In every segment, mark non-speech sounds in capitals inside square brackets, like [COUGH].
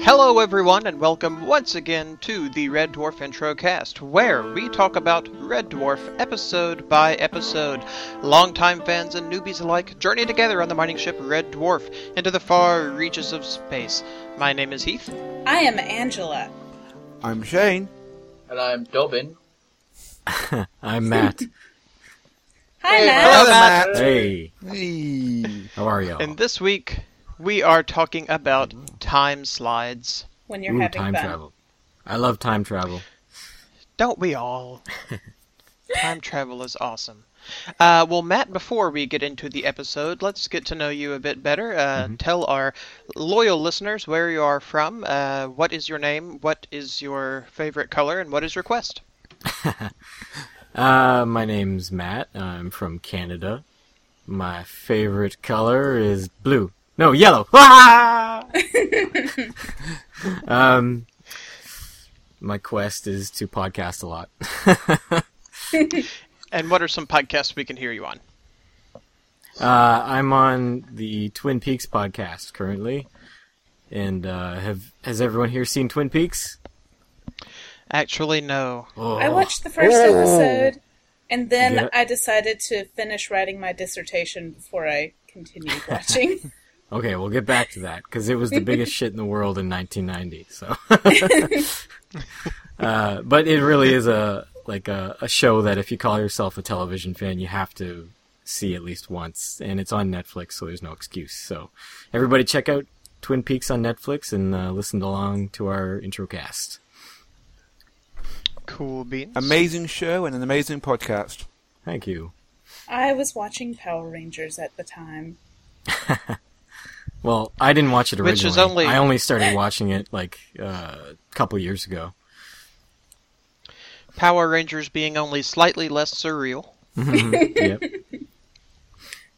Hello, everyone, and welcome once again to the Red Dwarf Intro Cast, where we talk about Red Dwarf episode by episode. Longtime fans and newbies alike journey together on the mining ship Red Dwarf into the far reaches of space. My name is Heath. I am Angela. I'm Shane. And I'm Dobbin. I'm Matt. Hi, Hey, Matt. Hello, Matt. hey, Hey. how are y'all? And this week, we are talking about time slides. When you're Ooh, having time fun. travel. I love time travel. Don't we all? Time travel is awesome. Uh, well, Matt, before we get into the episode, let's get to know you a bit better. Uh, Tell our loyal listeners where you are from, uh, what is your name, what is your favorite color, and what is your quest. Uh, my name's Matt. I'm from Canada. My favorite color is blue. No, yellow. [LAUGHS] Ah! um, my quest is to podcast a lot. [LAUGHS] And what are some podcasts we can hear you on? Uh, I'm on the Twin Peaks podcast currently. And uh, have has everyone here seen Twin Peaks? Actually, no. Oh, I watched the first episode, and then Yeah. I decided to finish writing my dissertation before I continued [LAUGHS] watching. Okay, we'll get back to that because it was the biggest shit in the world in 1990. So, uh, but it really is a like a, a show that if you call yourself a television fan, you have to see at least once, and it's on Netflix, so there's no excuse. So, everybody, check out Twin Peaks on Netflix and uh, listen along to our intro cast. Cool beans. Amazing show and an amazing podcast. Thank you. I was watching Power Rangers at the time. Well, I didn't watch it originally. Which is only- I only started watching it like uh, a couple [LAUGHS] years ago. Power Rangers being only slightly less surreal. Yep.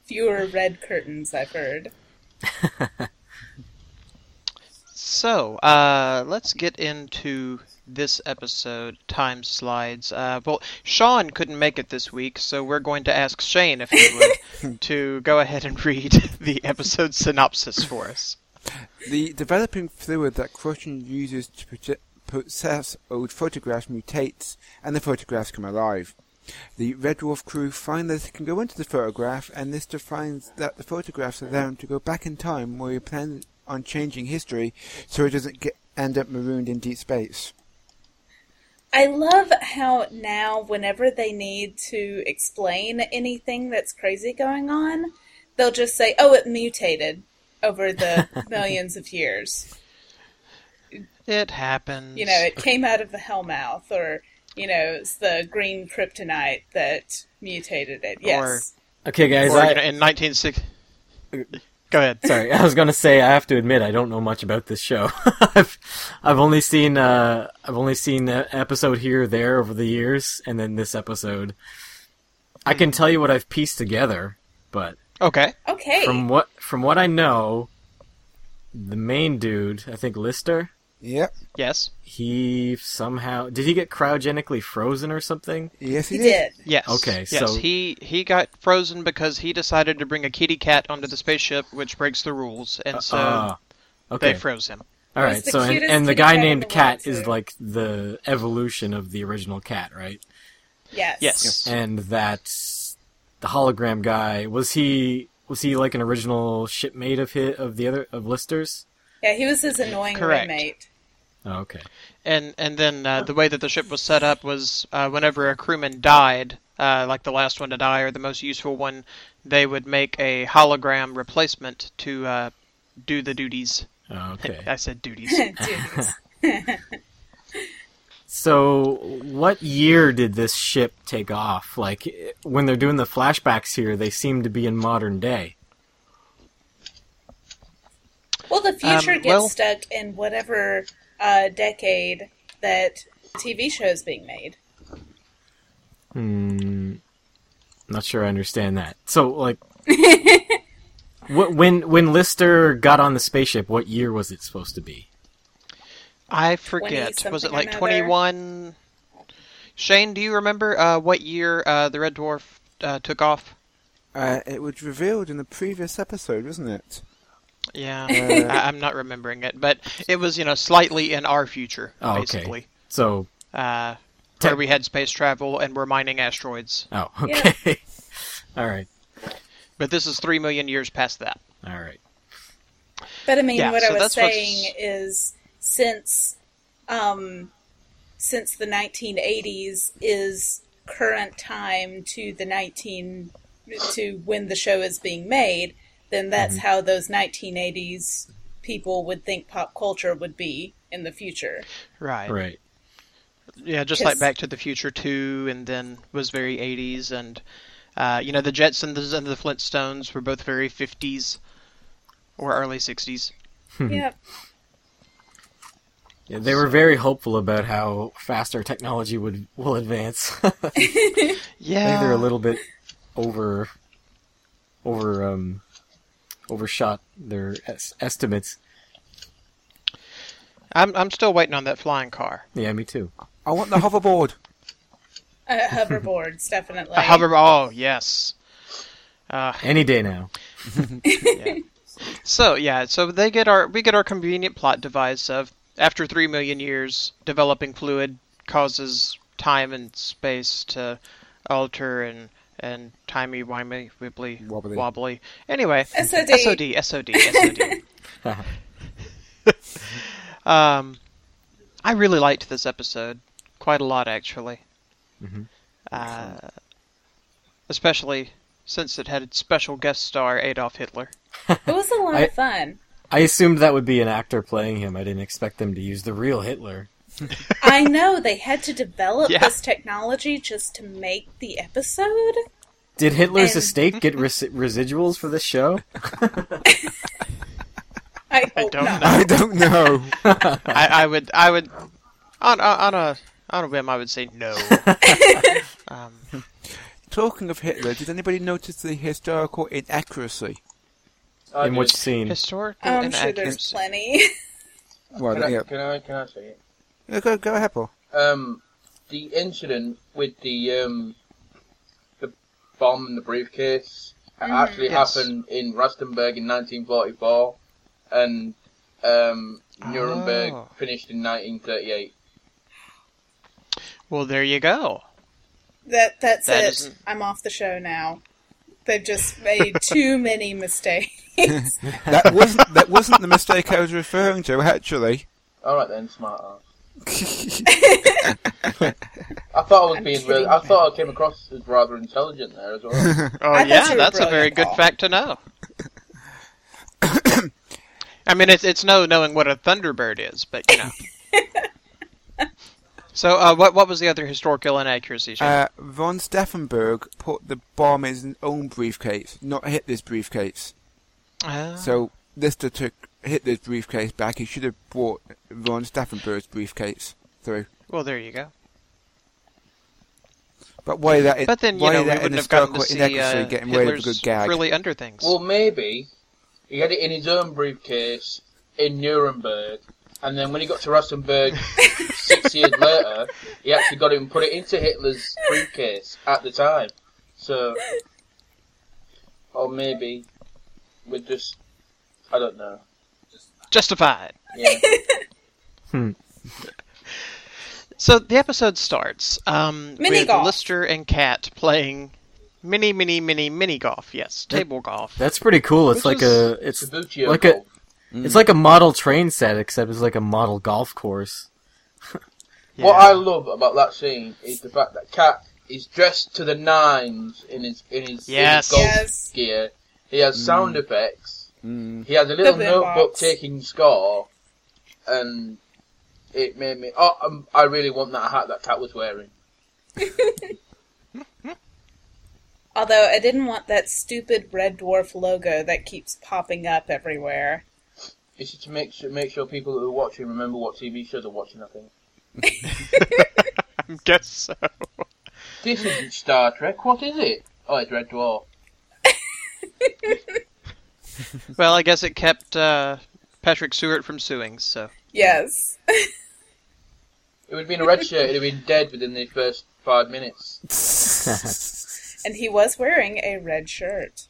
Fewer red curtains, I've heard. So, uh, let's get into this episode, Time Slides. Uh, well, Sean couldn't make it this week, so we're going to ask Shane, if he [LAUGHS] would, to go ahead and read [LAUGHS] the episode synopsis for us. The developing fluid that Crushin uses to proje- process old photographs mutates, and the photographs come alive. The Red Dwarf crew find that they can go into the photograph, and this defines that the photographs allow them to go back in time where we plan on changing history so it doesn't get, end up marooned in deep space. I love how now, whenever they need to explain anything that's crazy going on, they'll just say, oh, it mutated over [LAUGHS] the millions of years. It happens. you know, it came out of the Hellmouth, or you know, it's the green kryptonite that mutated it. Yes, Okay, guys. or, I- you know, in 1960. Go ahead. Sorry, [LAUGHS] I was gonna say I have to admit I don't know much about this show. [LAUGHS] I've I've only seen uh I've only seen the episode here or there over the years, and then this episode. I can tell you what I've pieced together, but Okay. okay, from what from what I know, the main dude, I think Lister, Yep. Yes. he somehow did he get cryogenically frozen or something? Yes, he it is. did. Yes. Okay, Yes. so- He he got frozen because he decided to bring a kitty cat onto the spaceship, which breaks the rules, and so Ah, okay. Um, they froze him. All right. He's the So and, cutest and the kitty cat guy in named the world, Cat too. is like the evolution of the original cat, right? Yes, Yes. and that the hologram guy was he was he like an original shipmate of his, of the other of Lister's? yeah, he was his annoying Correct. [LAUGHS] roommate. Oh, okay. And and then uh, the way that the ship was set up was uh, whenever a crewman died, uh, like the last one to die or the most useful one, they would make a hologram replacement to uh, do the duties. Oh, okay. [LAUGHS] I said [LAUGHS] duties. Dudes. So, what year did this ship take off? Like i- when they're doing the flashbacks here, they seem to be in modern day. Well, the future Um, gets well- stuck in whatever uh, decade that TV shows being made. Hmm. Not sure I understand that. So, [LAUGHS] like, what, when when Lister got on the spaceship, what year was it supposed to be? I forget. 20 Was it something like or another. twenty one? Shane, do you remember uh, what year uh, the Red Dwarf uh, took off? Uh, it was revealed in the previous episode, wasn't it? Yeah, [LAUGHS] I, I'm not remembering it, but it was you know slightly in our future, Oh, okay. basically, So, uh, Tech- where we had space travel and we're mining asteroids. oh, Yeah. okay. [LAUGHS] all right. But this is three million years past that. All right. But I mean, Yeah, what so I was that's what's- saying is since um, since the 1980s is current time to the 19 to when the show is being made, then that's Mm-hmm. how those 1980s people would think pop culture would be in the future. Right. Right. Yeah, just Yes. like Back to the Future 2 and then was very 80s and uh, you know the Jetsons and the Flintstones were both very 50s or early 60s. Hmm. yeah. Yeah, they were very hopeful about how fast our technology would will advance. [LAUGHS] I think Yeah. they're a little bit over, over, um, overshot their es- estimates. I'm I'm still waiting on that flying car. Yeah, me too. I want the hoverboard. [LAUGHS] Uh, hoverboards, definitely. [LAUGHS] A hover oh, yes. Uh, Any day now. So, yeah, so they get our we get our convenient plot device of after 3 million years developing fluid causes time and space to alter and and timey wimey wibbly Wobbly. wobbly. Anyway, SOD. SOD, SOD, SOD. [LAUGHS] um, I really liked this episode quite a lot, actually. Uh, especially since it had special guest star Adolf Hitler. It was a lot I- of fun. I assumed that would be an actor playing him. I didn't expect them to use the real Hitler. I know they had to develop [LAUGHS] Yeah. this technology just to make the episode. Did Hitler's And- estate get res- residuals for this show? I, hope don't not. know. I don't know. I, I would, I would, on, on, on a on a whim, I would say [LAUGHS] no. Talking of Hitler, did anybody notice the historical inaccuracy? Uh, I In did. which scene? Historical I'm sure inaccuracy. there's plenty. [LAUGHS] Well, Can I, yeah. can I, can I say it? Yeah, Go, go ahead, Paul. Um, the incident with the um, the bomb and the briefcase Mm-hmm. it actually Yes. happened in Rustenburg in 1944, and um, Ah. Nuremberg Oh. finished in 1938. well, there you go. That that's That it. isn't- I'm off the show now. They've just [LAUGHS] made too many mistakes. [LAUGHS] That wasn't that wasn't the mistake I was referring to, actually. All right then, smart [LAUGHS] ass. I thought I was I'm being kidding. really. I thought I came across as rather intelligent there as [LAUGHS] well. Oh I thought you yeah, were that's a very brilliant, good Paul. fact to know. I mean, it's it's no knowing what a thunderbird is, but you know. [LAUGHS] so, uh, what what was the other historical inaccuracy? Shane? Uh, Von Steffenberg put the bomb in his own briefcase, not Hitler's briefcase. Ah, So Lister took Hitler's briefcase back. He should have brought Von Steffenberg's briefcase through. well, there you go. But why that? But then you why know we that wouldn't in have gotten to historical see inaccuracy uh, getting rid of a Hitler's good gag? frilly underthings. well, maybe he had it in his own briefcase in Nuremberg, and then when he got to Rustenburg six years later, he actually got it and put it into Hitler's briefcase at the time. So, or maybe we're just. I don't know. Justified. Yeah. So the episode starts um, Mini with golf. Lister and Cat playing mini, mini, mini, mini golf. Yes, table golf. That's pretty cool. It's Which like is a it's Kabuchio like a Gold. it's like a model train set, except it's like a model golf course. What I love about that scene is the fact that Cat is dressed to the nines in his in his, in Yes. his golf Yes. gear. He has sound effects. Mm. He has a little The boombox. notebook taking score, and it made me. Oh, um, I really want that hat that Cat was wearing. Although I didn't want that stupid red dwarf logo that keeps popping up everywhere. It's just to make sure make sure people who are watching remember what TV show they're watching. I think I [LAUGHS] guess so. [LAUGHS] this isn't Star Trek. What is it? Oh, it's Red Dwarf. Well, I guess it kept uh, Patrick Stewart from suing. So Yes. [LAUGHS] It would have been a red shirt. It would have been dead within the first [LAUGHS] five minutes. And he was wearing a red shirt.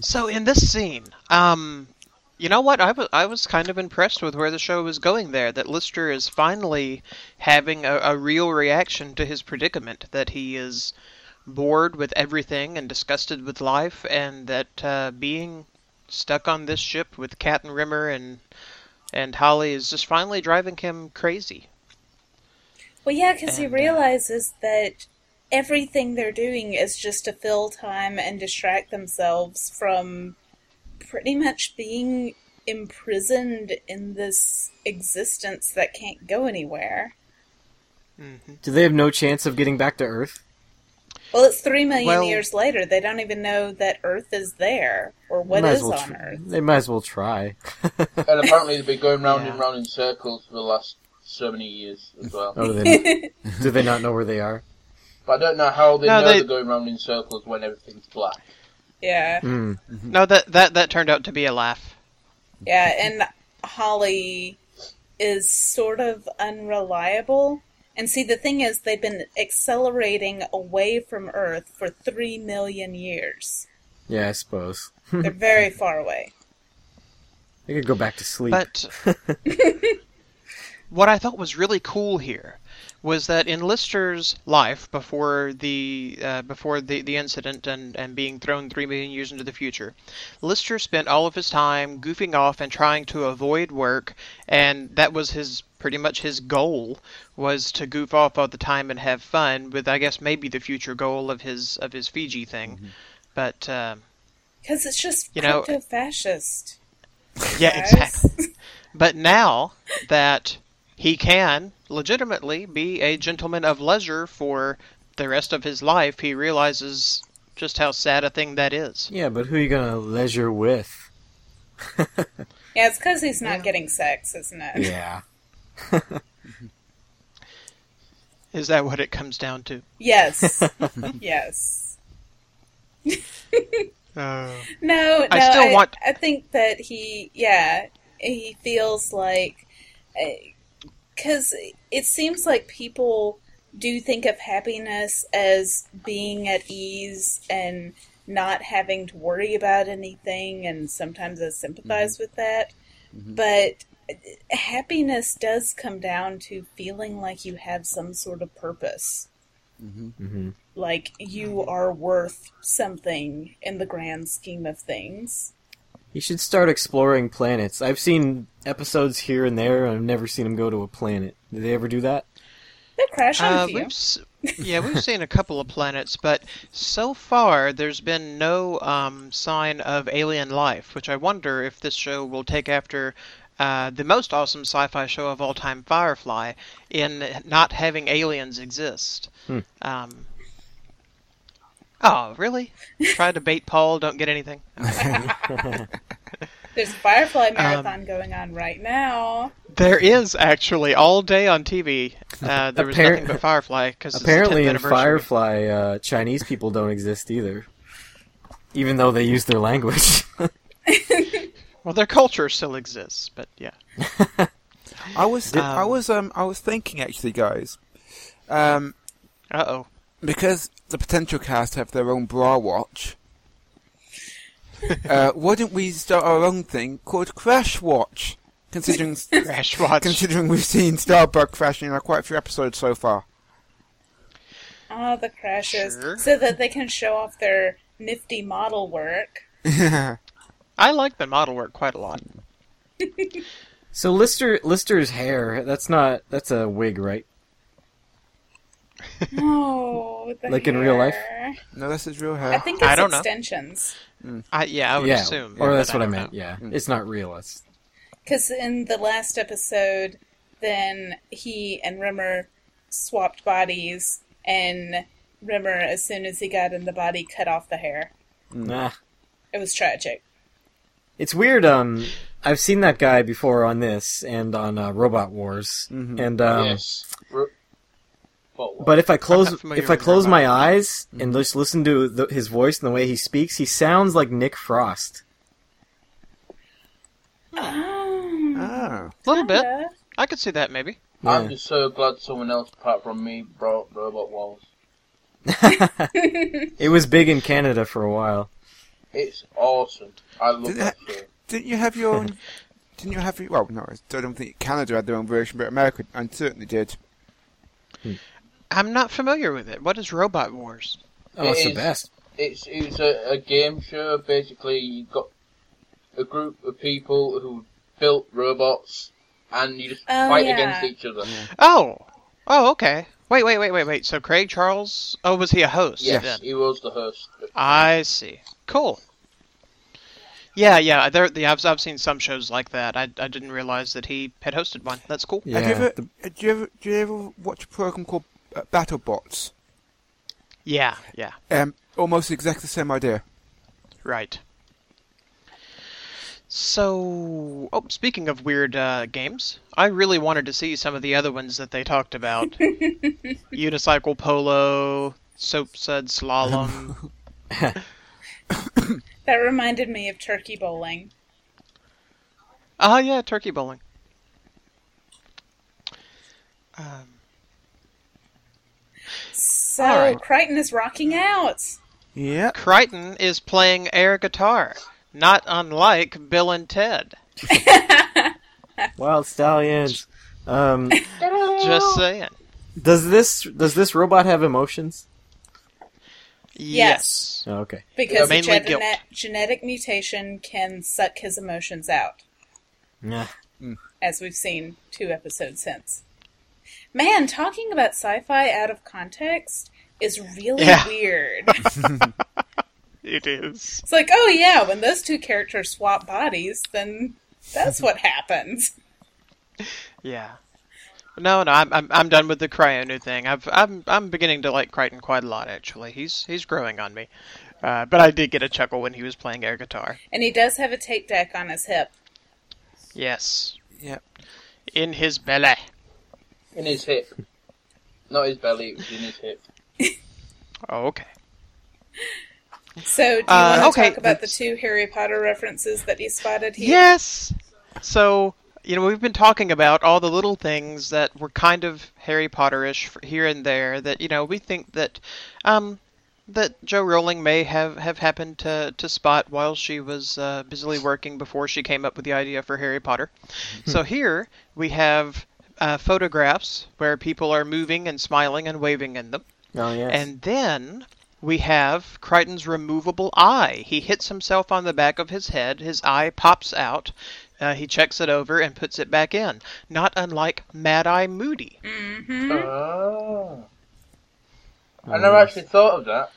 So in this scene, um, you know what? I was I was kind of impressed with where the show was going there. That Lister is finally having a, a real reaction to his predicament. That he is bored with everything and disgusted with life, and that uh, being stuck on this ship with Cat and Rimmer and and Holly is just finally driving him crazy. Well, yeah, because he And, uh, realizes that everything they're doing is just to fill time and distract themselves from pretty much being imprisoned in this existence that can't go anywhere. Do they have no chance of getting back to Earth? Well, it's three million Well- years later. They don't even know that Earth is there or what Might as is well on tr- Earth. They might as [LAUGHS] well try. And apparently they've been going round and Yeah. round in circles for the last so many years as well. [LAUGHS] Oh, they, do they not know where they are? But I don't know how they No, know they- they... are going round in circles when everything's black. Yeah, Mm. No, that that that turned out to be a laugh. yeah, and Holly is sort of unreliable. And see, the thing is, they've been accelerating away from Earth for three million years. Yeah, I suppose They're very far away. they could go back to sleep. But [LAUGHS] what I thought was really cool here was that in Lister's life before the uh, before the, the incident and, and being thrown three million years into the future, Lister spent all of his time goofing off and trying to avoid work, and that was his pretty much his goal was to goof off all the time and have fun with I guess maybe the future goal of his of his Fiji thing, but um Because it's just You know- crypto fascist. yeah exactly. But now that he can legitimately be a gentleman of leisure for the rest of his life, he realizes just how sad a thing that is. yeah, but who are you gonna leisure [LAUGHS] with? Yeah, it's because he's not getting sex, isn't it? Yeah, Is that what it comes down to? Yes. yes. [LAUGHS] No, no. I still want- I think that he, yeah, he feels like because it seems like people do think of happiness as being at ease and not having to worry about anything, and sometimes I Mm-hmm. sympathize with that. Mm-hmm. But happiness does come down to feeling like you have some sort of purpose Mm-hmm. Mm-hmm. like you are worth something in the grand scheme of things. you should start exploring planets. I've seen episodes here and there, and I've never seen them go to a planet. Did they ever do that? They crash Uh, onto you. we've s- yeah, we've seen a couple of planets, but so far there's been no um, sign of alien life, which I wonder if this show will take after uh, the most awesome sci-fi show of all time, Firefly, in not having aliens exist. Hmm. Um, oh, really? Try to bait Paul, don't get anything. There's a Firefly um, marathon going on right now. There is actually all day on TV. Uh, there was Appar- nothing but Firefly because Apparently, it's in the 10th anniversary. Firefly, uh, Chinese people don't exist either, even though they use their language. [LAUGHS] Well, their culture still exists, but yeah. I was, I Um, was, um, I was thinking actually, guys, um, Uh oh. because the potential cast have their own bra watch. uh, why don't we start our own thing called Crash Watch? [LAUGHS] Considering Crash Watch. considering we've seen Starbuck crashing in quite a few episodes so far. Ah, the crashes. Sure. So that they can show off their nifty model work. I like the model work quite a lot. so Lister Lister's hair—that's not—that's a wig, right? Oh, the Like in real life? hair. No, that's his real I hair. think it's I don't know. extensions. I, yeah, I would yeah, assume. or but that's what I don't meant. know. Hmm. Yeah, it's not real. It's Because in the last episode, then he and Rimmer swapped bodies, and Rimmer, as soon as he got in the body, cut off the hair. Hmm. nah. It was tragic. It's weird. Um, I've seen that guy before on this and on uh, Robot Wars, Mm-hmm. and um, yes. Ru- But what? but if I close not familiar if I with close Robot Mm-hmm. my Wars. eyes and just listen to the, his voice and the way he speaks, he sounds like Nick Frost. Ah. A little bit. Yeah. I could see that maybe. I'm Yeah. just so glad someone else apart from me brought Robot Walls. [LAUGHS] It was big in Canada for a while. It's awesome. I love Did that film. Didn't you have your own? didn't you have your? Well, no, I still don't think Canada had their own version, but America I certainly did. I'm not familiar with it. What is Robot Wars? Oh, it's It the is. best. It's it's a, a game show. Basically, you got a group of people who built robots, and you just Oh, fight yeah. against each other. Oh, oh, okay. Wait, wait, wait, wait, wait. So Craig Charles? Oh, was he a host? Yes, then? he was the host. I see. Cool. Yeah, yeah. There, the I've, I've seen some shows like that. I, I didn't realize that he had hosted one. That's cool. Yeah. Have you ever, the- do you ever, do you ever watch a program called uh, BattleBots? Yeah, yeah. Um, almost exactly the same idea. Right. So, oh, speaking of weird uh, games, I really wanted to see some of the other ones that they talked about. Unicycle polo, soap sud slalom. That reminded me of turkey bowling. Ah, yeah, turkey bowling. Um, So All right. Crichton is rocking out. Yeah. Crichton is playing air guitar, not unlike Bill and Ted. Wild stallions. Um, Just saying. does this does this robot have emotions? Yes. Oh, okay. Because Yeah, a mainly gene- guilt. genetic mutation can suck his emotions out, Yeah. as we've seen two episodes since. Man, talking about sci fi out of context is really Yeah. weird. It is. it's like, oh yeah, when those two characters swap bodies, then that's what happens. Yeah. No, no, I'm I'm I'm done with the Cryonu thing. I've I'm I'm beginning to like Crichton quite a lot actually. He's he's growing on me. Uh, but I did get a chuckle when he was playing air guitar. And he does have a tape deck on his hip. Yes. Yeah. In his belly. In his hip. Not his belly, it was in his hip. Oh, okay. So, do you Uh, want to okay, talk about the two Harry Potter references that he spotted here? Yes. So, you know, we've been talking about all the little things that were kind of Harry Potterish f- here and there that, you know, we think that um that Joe Rowling may have, have happened to, to spot while she was uh, busily working before she came up with the idea for Harry Potter. so here we have uh, photographs where people are moving and smiling and waving in them. Oh yes. And then we have Crichton's removable eye. He hits himself on the back of his head. His eye pops out. Uh, he checks it over and puts it back in. Not unlike Mad Eye Moody. Hmm. Ah. Oh, I never actually thought of that.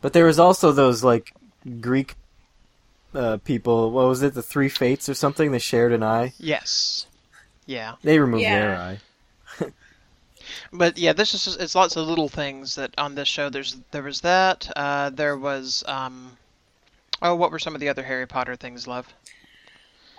But there was also those like Greek uh, people. What was it? The three fates or something? They shared an eye. Yes. Yeah. They removed Yeah. their eye. But yeah, this is it's lots of little things that on this show there's there was that. Uh, there was um Oh, what were some of the other Harry Potter things, love?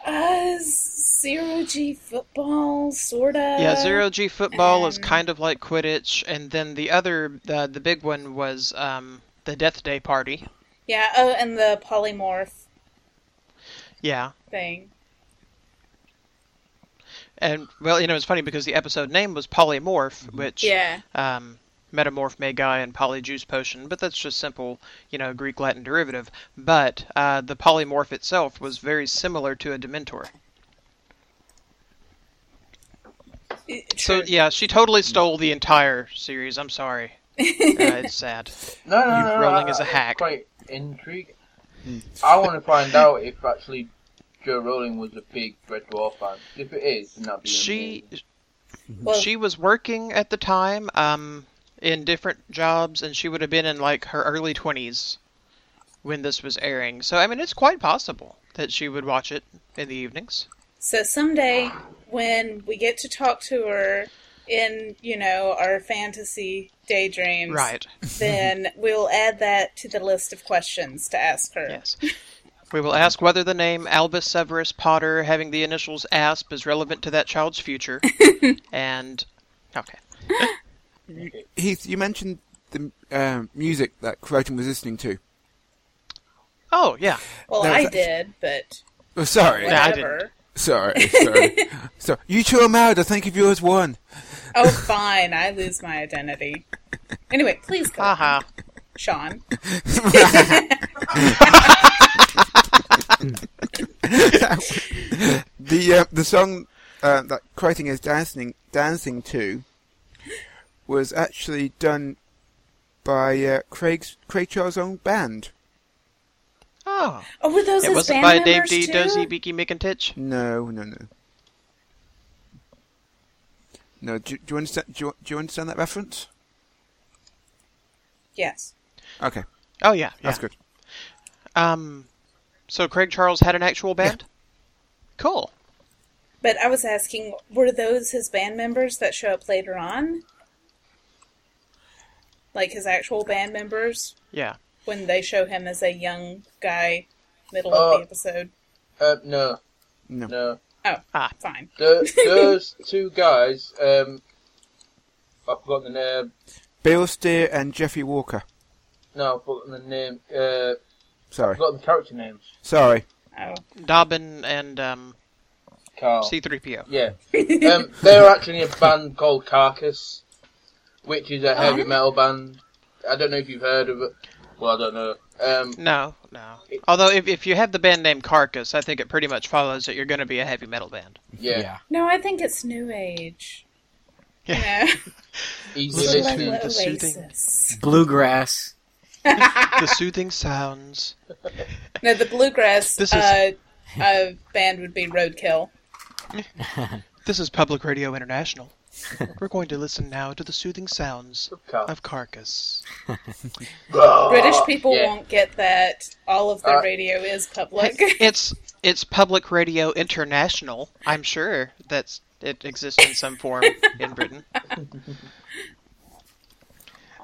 Uh, zero G football, sort of. Yeah, zero G football is Uh, um, kind of like Quidditch, and then the other, the the big one was um, the Death Day party. Yeah, oh, and the polymorph Yeah, thing. and well, you know, it's funny because the episode name was Polymorph, which Yeah. um, Metamorph Magi and Polyjuice Potion, but that's just simple, you know, Greek Latin derivative. But uh, the polymorph itself was very similar to a Dementor. So yeah, she totally stole the entire series. I'm sorry, uh, it's sad. No, no, You no. no, rolling I- as a I- hack. Quite intriguing. Hmm. I want to find out if actually Joe Rowling was a big Red Dwarf fan. If it is, then that'd be She amazing. Well, she was working at the time um, in different jobs, and she would have been in like her early 20s when this was airing. So, I mean, it's quite possible that she would watch it in the evenings. so someday when we get to talk to her in, you know, our fantasy daydreams, Right. then Mm-hmm. we'll add that to the list of questions to ask her. Yes. We will ask whether the name Albus Severus Potter, having the initials ASP, is relevant to that child's [LAUGHS] future. and, okay. Heath, you mentioned the um, music that Crichton was listening to. Oh, yeah. Well, No, I that- did, but Oh, sorry. Yeah, I didn't. whatever. Sorry. Sorry. so, you two are married. I think of you as one. Oh, fine. I lose my identity. Anyway, please go, Haha. Sean. the uh, the song uh, that Crichton is dancing dancing to was actually done by uh, Craig's Craig Charles' own band. Oh, Oh, were those it his wasn't band by Dave members D. too? Dozy, Beaky, Mick, and Titch. No, no, no. No, do, do you understand? Do you, do you understand that reference? yes. Okay, Oh yeah, that's yeah. good. Um, so Craig Charles had an actual band. Cool. But I was asking, were those his band members that show up later on? Like his actual band members Yeah. when they show him as a young guy, middle Oh. of the episode. Uh, no, No. no. Oh, Ah. fine. Th [LAUGHS] those two guys, um, I've forgotten the name. Bill Steer and Jeffrey Walker. No, I've forgotten the name. Uh, I've Sorry, forgotten the character names. sorry. [LAUGHS] Oh, Dobbin and um, Oh. Carl. C3PO. Yeah. [LAUGHS] Um, they're actually in a band called Carcass, which is a Oh. heavy metal band. I don't know if you've heard of it. Well, I don't know. Um, No, no. Although if, if you have the band name Carcass, I think it pretty much follows that you're going to be a heavy metal band. yeah. no, I think it's New Age. You Yeah. know? Easy Listen Little to listening. the soothing- Oasis. Bluegrass. the soothing sounds. No, the bluegrass This is- uh, uh, band would be Roadkill. This is Public Radio International. We're going to listen now to the soothing sounds Carcass. of Carcass. British people Uh, yeah. won't get that. All of their Uh, radio is public. [LAUGHS] it's it's Public Radio International. I'm sure that's it exists in some form in Britain.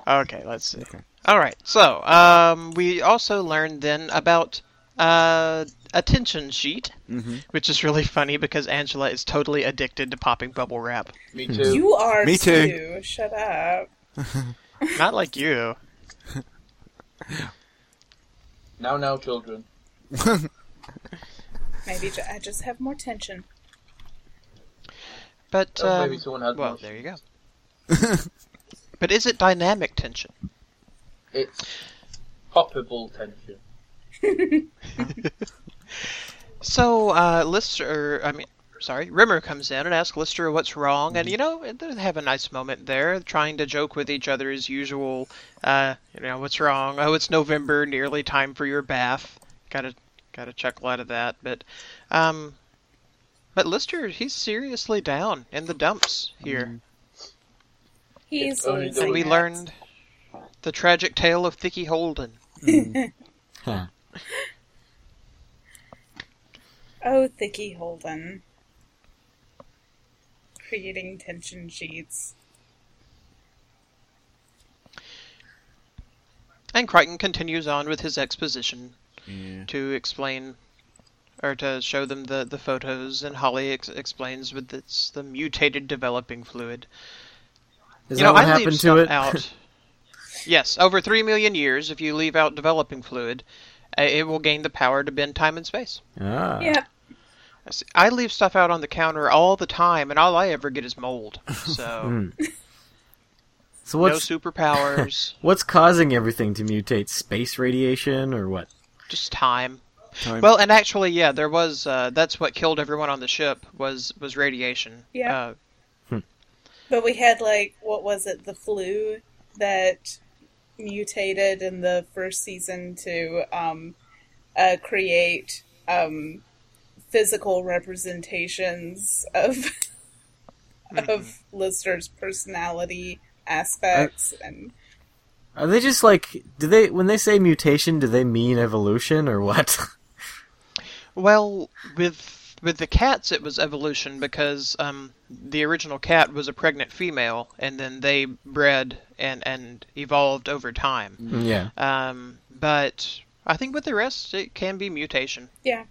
Okay, let's see. All right, so um, we also learned then about uh, attention sheet, which is really funny because Angela is totally addicted to popping bubble wrap. Me too. you are Me too. Shut up. Not like you. Now, now, children. Maybe ju- I just have more tension. But Oh, um, maybe someone had well, one. there you go. but is it dynamic tension? It's poppable tension. So uh, Lister, I mean, sorry, Rimmer comes in and asks Lister what's wrong, and you know they have a nice moment there, trying to joke with each other as usual. Uh, you know what's wrong? Oh, it's November, nearly time for your bath. Got to got to chuckle out of that, but um, but Lister, he's seriously down in the dumps here. He's only losing And we it. learned the tragic tale of Thicky Holden. Huh. Oh, Thicky Holden. Creating tension sheets. And Crichton continues on with his exposition to explain or to show them the, the photos, and Holly ex- explains with it's the mutated developing fluid. Is you that know, what I leave happened to stuff it? out. yes, over three million years, if you leave out developing fluid, uh, it will gain the power to bend time and space. [LAUGHS] Uh, Ah. Yep. I see- I leave stuff out on the counter all the time, and all I ever get is [LAUGHS] mold. So So no Hmm. what's superpowers, what's causing everything to mutate? Space radiation or what? just time. Time. [LAUGHS] Well, and actually, yeah, there was. Uh, that's what killed everyone on the ship was was radiation. Yeah. Uh, But we had, like, what was it? The flu that mutated in the first season to um, uh, create um, physical representations of. [LAUGHS] Of Lister's personality aspects, and Are they just like do they when they say mutation do they mean evolution or what? [LAUGHS] well, with with the cats, it was evolution because um, the original cat was a pregnant female, and then they bred and and evolved over time. yeah. Um, but I think with the rest, it can be mutation. yeah,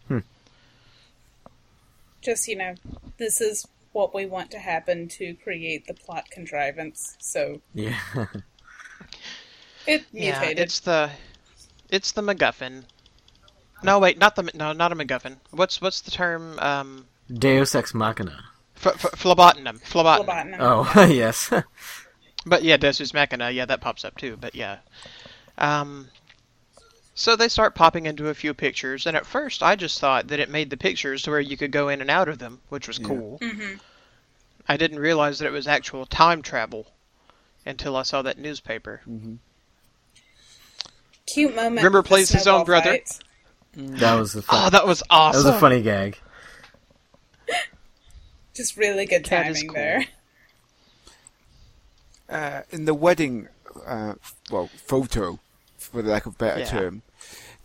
just you know, this is what we want to happen to create the plot contrivance. So Yeah. [LAUGHS] it Yeah, mutated. it's the it's the MacGuffin. No, wait, not the no, not a MacGuffin. What's what's the term? Um, Deus ex machina. ph- ph- phlebotinum. Phlebotinum. Lobotomy. Oh, [LAUGHS] yes. But yeah, Deus Ex Machina, yeah, that pops up too. But yeah, um, So they start popping into a few pictures, and at first I just thought that it made the pictures to where you could go in and out of them, which was cool. I didn't realize that it was actual time travel until I saw that newspaper. Cute moment. Grimmer with the plays his own snowball brother. fight. That was the fun. Oh, that was that awesome! was a funny gag. Just really good That is timing cool. there. [LAUGHS] uh, in the wedding, uh, well, photo, for the lack of a better Yeah. term.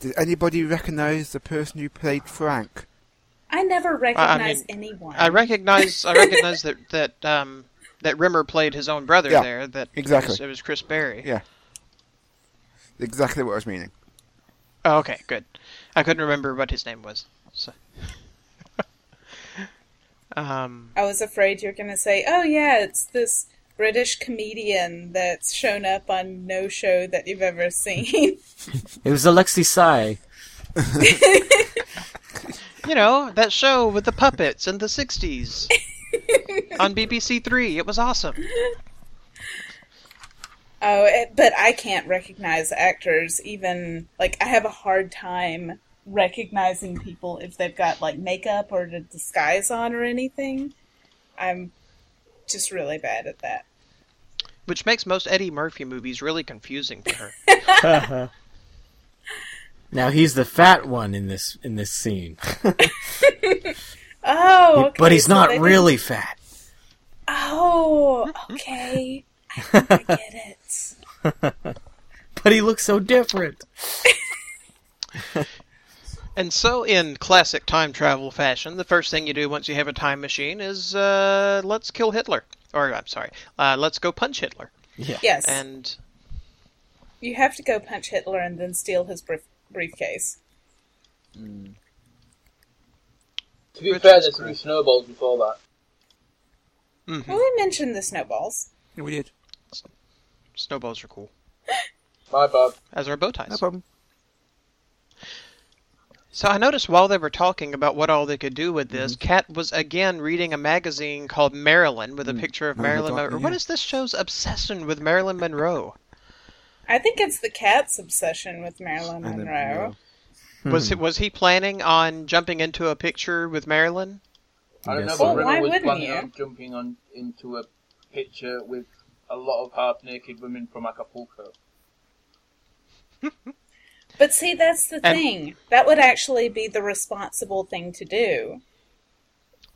Did anybody recognise the person who played Frank? I never recognize anyone. I recognize I recognize that that um that Rimmer played his own brother Yeah, there. That it exactly. was- it was Chris Berry. Yeah. Exactly what I was meaning. Oh, okay, good. I couldn't remember what his name was. So. [LAUGHS] um, I was afraid you're going to say, "Oh yeah, it's this British comedian that's shown up on no show that you've ever [LAUGHS] seen." It was Alexi Sai. you know that show with the puppets in the '60s on BBC Three. It was awesome. oh, it, but I can't recognize actors even like I have a hard time recognizing people if they've got like makeup or a disguise on or anything. I'm just really bad at that. Which makes most Eddie Murphy movies really confusing to her. Now he's the fat one in this in [LAUGHS] this scene, Oh, okay, but he's so not they didn't- really fat. Oh, Mm-hmm. okay. I think I get it. But he looks so different. And so, in classic time travel fashion, the first thing you do once you have a time machine is uh, let's kill Hitler. Or, I'm sorry, uh, let's go punch Hitler. [LAUGHS] Yes. And You have to go punch Hitler and then steal his brief- briefcase. To be Which fair, is they threw snowballs before that. Hmm. Well, we mentioned the snowballs. Yeah, we did. snowballs are cool, My bad. as are bow ties. No problem. So I noticed while they were talking about what all they could do with this, Kat was again reading a magazine called Marilyn with a picture of Marilyn Marilyn Monroe, Monroe. What yeah. is this show's obsession with Marilyn Monroe? I think it's the cat's obsession with Marilyn And then, Monroe. Was it, was he planning on jumping into a picture with Marilyn? I don't know, Yes. but Well, Rinna Oh, why was wouldn't planning you? on jumping on into a picture with a lot of half naked women from Acapulco. But see, that's the And- thing. That would actually be the responsible thing to do.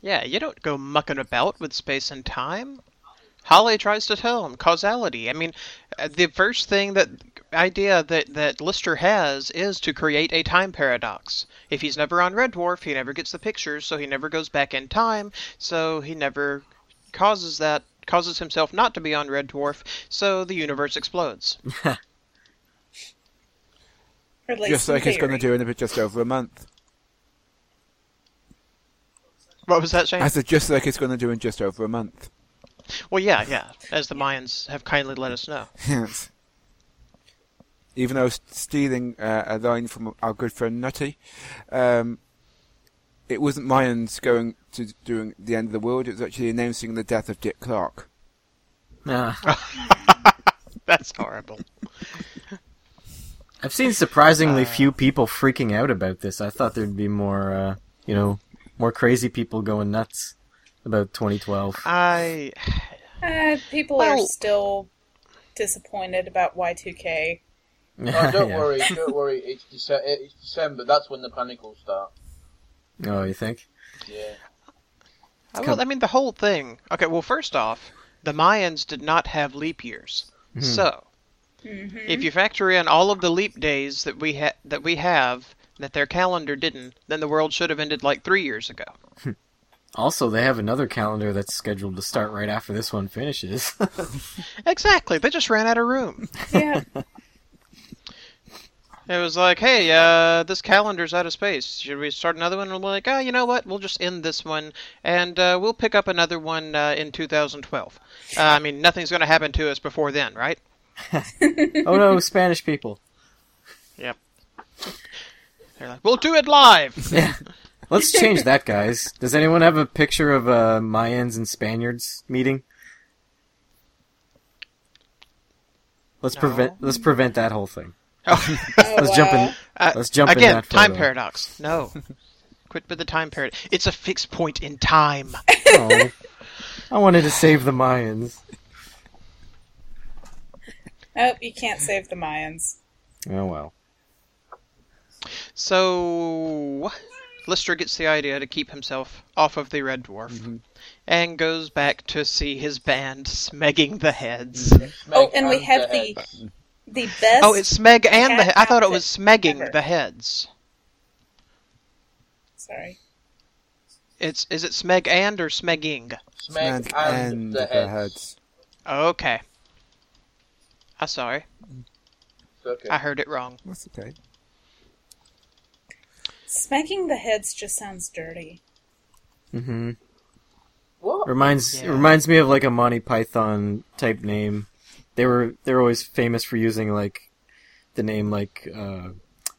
Yeah, you don't go mucking about with space and time. Holly tries to tell him causality. I mean, uh, the first thing that idea that that Lister has is to create a time paradox. If he's never on Red Dwarf, he never gets the pictures, so he never goes back in time, so he never causes that causes himself not to be on Red Dwarf, so the universe explodes. Or at least Just in like it's going to theory. do in just over a month. What was that, Shane? I said, just like it's going to do in just over a month. [LAUGHS] Well, yeah, yeah, as the Mayans have kindly let us know. Yes. Even though s- stealing uh, a line from our good friend Nutty, um, it wasn't Mayans going to doing the end of the world. It was actually announcing the death of Dick Clark. Uh, That's horrible. I've seen Uh. surprisingly few people freaking out about this. I thought there'd be more, uh, you know, more crazy people going nuts about 2012. Oh, I Uh, people are Well- still disappointed [LAUGHS] about Y2K. Oh, don't [LAUGHS] Yeah. worry, don't worry. It's, Dece- it's December. That's when the panic will start. Oh, you think? Yeah. Uh, Well, I mean, the whole thing. Okay, well, first off, the Mayans did not have leap years, so if you factor in all of the leap days that we ha- that we have that their calendar didn't, then the world should have ended like three years ago. Also, they have another calendar that's scheduled to start right after this [LAUGHS] one finishes. [LAUGHS] Exactly, they just ran out of room. Yeah. It was like, hey, uh, this calendar's out of space. Should we start another one? And we're like, oh, you know what? We'll just end this one, and uh, we'll pick up another one uh, in 2012. Uh, I mean, nothing's going to happen to us before then, right? oh no, Spanish people. Yep. They're like, we'll do it live. Let's change that, guys. Does anyone have a picture of uh, Mayans and Spaniards meeting? Let's prevent. Let's prevent that whole thing. Oh. Oh, Let's wow. jump in. Uh, Let's jump in again. that time photo. paradox. [LAUGHS] No, quit with the time paradox. It's a fixed point in time. Oh, I wanted to save the Mayans. Oh, you can't save the Mayans. Oh well. So Lister gets the idea to keep himself off of the red dwarf, Mm-hmm. and goes back to see his band smegging the heads. Mm-hmm. Oh, and we have the heads. the best. Oh, it's smeg and the. He- I thought it was smegging Ever. the heads. sorry. It's is it smeg and or smegging? Smeg Smeg and, the heads. Okay. I'm sorry, Okay. Ah. I heard it wrong. That's okay. Smacking the heads just sounds dirty. hmm What? Reminds Yeah. reminds me of like a Monty Python type name. They were they're always famous for using like the name like uh,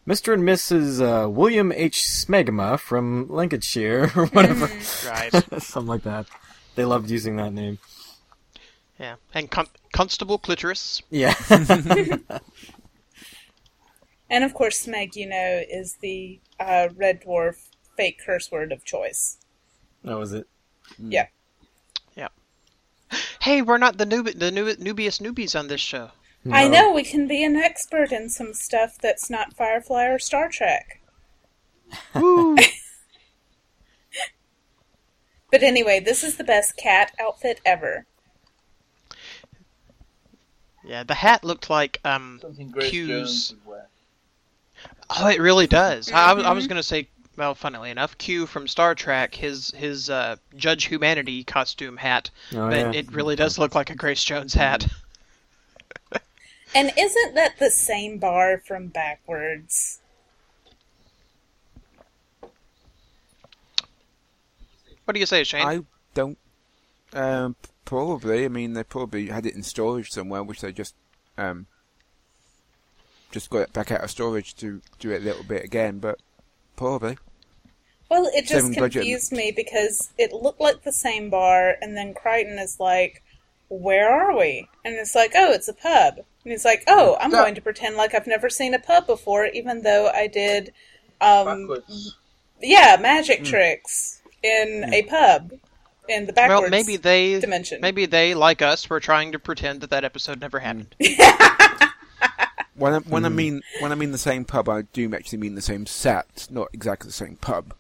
Mr. and Mrs. Uh, William H. Smegma from Lancashire [LAUGHS] or whatever, Right. [LAUGHS] something like that. They loved using that name. yeah. And con- Constable Clitoris. [LAUGHS] Yeah. And of course, Smeg, you know, is the uh, red dwarf fake curse word of choice. that was it. Yeah. Hey, we're not the noob the noob- noobiest newbies on this show. I No. know we can be an expert in some stuff that's not Firefly or Star Trek. [LAUGHS] Woo! But anyway, this is the best cat outfit ever. yeah, the hat looked like um Something Grace Q's. Jones would wear. Oh, it really does. I I, was- I Mm-hmm. was gonna say, well, funnily enough, Q from Star Trek, his his uh, Judge Humanity costume hat, Oh, but yeah. it really does look like a Grace Jones hat. [LAUGHS] And isn't that the same bar from Backwards? What do you say, Shane? I don't. Um, p- probably. I mean, they probably had it in storage somewhere, which they just um, just got it back out of storage to do it a little bit again. But probably. Well, it just Same budget. confused me because it looked like the same bar, and then Crichton is like, Where are we? And it's like, Oh, it's a pub. And he's like, Oh, I'm Yeah. going to pretend like I've never seen a pub before, even though I did, um, Backwards. yeah, Hmm. magic tricks in a pub in the backwards. well, maybe they dimension. maybe they like us were trying to pretend that that episode never happened. Mm. When I, when I Hmm. mean when I mean the same pub, I do actually mean the same set, not exactly the same pub.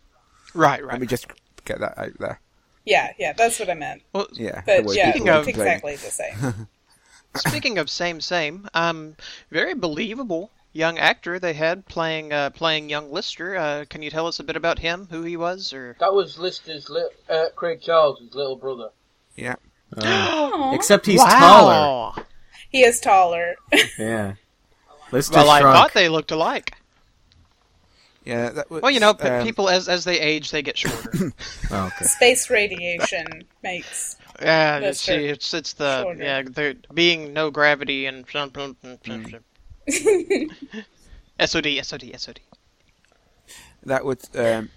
[LAUGHS] right, Let me right. just get that out there. Yeah, yeah, that's what I meant. Well, Yeah. But otherwise yeah, people Speaking will of- it's complain. exactly the [LAUGHS] same. Speaking of same same, um, very believable young actor they had playing uh, playing young Lister. Uh, can you tell us a bit about him, who he was, or That was Lister's li- uh, Craig Charles' little brother. Yeah. Aw. Except [GASPS] he's taller. wow. he is taller. Yeah. Lister Well, I shrunk. thought they looked alike. Yeah. That was, Well, you know, p- um, people as as they age, they get [LAUGHS] shorter. Oh, okay. Space radiation makes yeah, That's it's, true. it's it's the Shorter. yeah, there being no gravity and [LAUGHS] Mm. SOD SOD SOD. That would um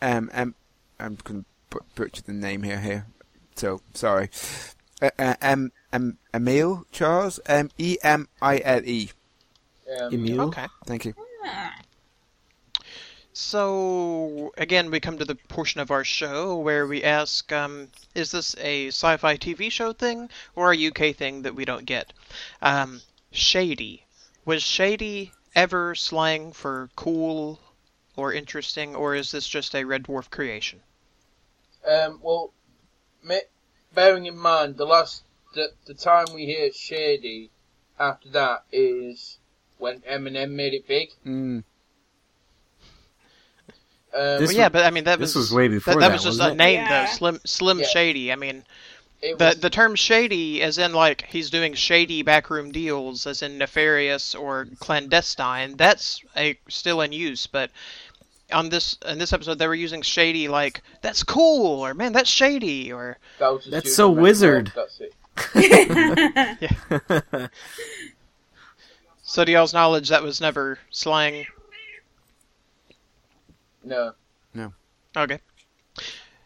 um um I'm going to butcher the name here here. So sorry. Uh, uh, um um Emil Charles M E M I L E. Um, Emil? Okay. Thank you. So again, we come to the portion of our show where we ask, um, is this a sci-fi TV show thing or a UK thing that we don't get? Um, shady. Was shady ever slang for cool or interesting, or is this just a Red Dwarf creation? Um, well, ma- bearing in mind the last the, the time we hear Shady after that is when Eminem made it big. Mm. Um, This Well, was- yeah, but I mean that this was was way before that, that, was just wasn't a it? name Yeah. though, Slim Slim Yeah. Shady. I mean it the was, the term shady, as in like he's doing shady backroom deals, as in nefarious or clandestine. That's a, still in use, but on this in this episode they were using shady like that's cool or man that's shady or that was just That's you so remember, wizard. That's it. so to y'all's knowledge that was never slang. No, Okay.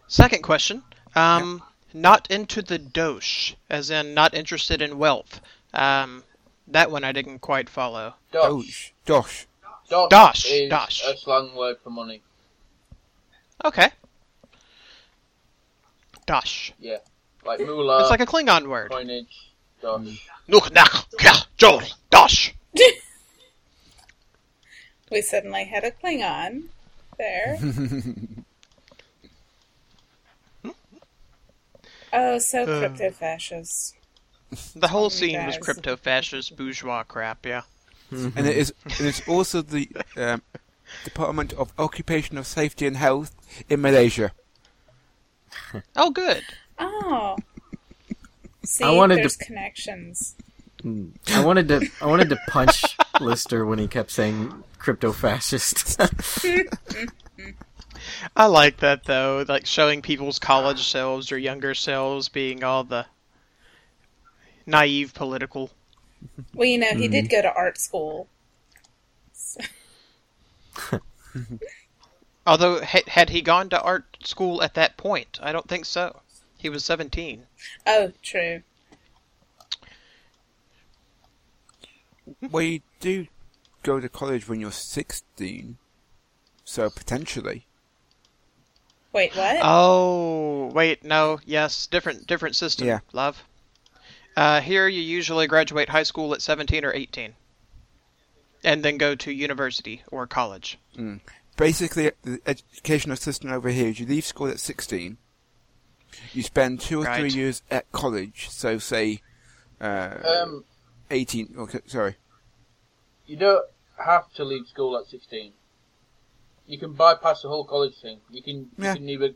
Second question. Um, Not into the dosh, as in not interested in wealth. Um, that one I didn't quite follow. Oh, Oh, Dosh. Dosh. Dosh. Dosh, Dosh, is dosh. a slang word for money. Okay. Dosh. Like moolah, It's like a Klingon word. coinage, Hmm. dosh. Nuk nak kya jol dosh. We suddenly had a Klingon [LAUGHS] there. oh, so Uh. crypto fascists. The whole Sorry, scene was guys. crypto fascist bourgeois crap. Yeah. and it is and it's also the um, Department of Occupational Safety and Health in Malaysia. Oh, good. [LAUGHS] Oh. See, wanted to- there's connections. I wanted to I wanted to punch [LAUGHS] Lister when he kept saying crypto fascist. [LAUGHS] I like that though, like showing people's college selves or younger selves being all the naive political. Well, you know, he Mm-hmm. did go to art school. So- Although ha- had he gone to art school at that point, I don't think so. He was 17. oh, true. Well, you do go to college when you're 16, so potentially. Wait, Uh, what? Oh, wait, no. Yes, different different system. Yeah. Love. Uh, here you usually graduate high school at 17 or 18 and then go to university or college. Basically, the educational system over here is you leave school at 16, you spend two or three Right. years at college, so say uh, Um, 18, okay, sorry. you don't have to leave school at 16. You can bypass the whole college thing. You can, Yeah. you can either,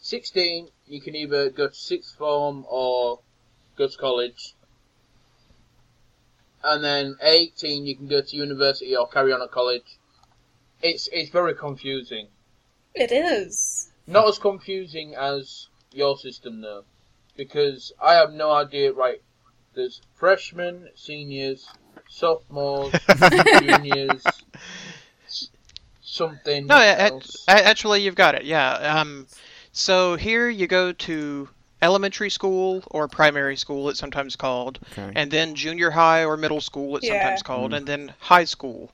16, you can either go to sixth form or go to college. And then 18, you can go to university or carry on at college. It's, it's very confusing. It is. Not as confusing as your system though, because I have no idea. Right, there's freshmen, seniors, [LAUGHS] sophomores, juniors, s- something. No, a- a- else. a- actually, you've got it. Yeah. Um, so here you go to elementary school or primary school, it's sometimes called, Okay. and then junior high or middle school, it's Yeah. sometimes called, and then high school.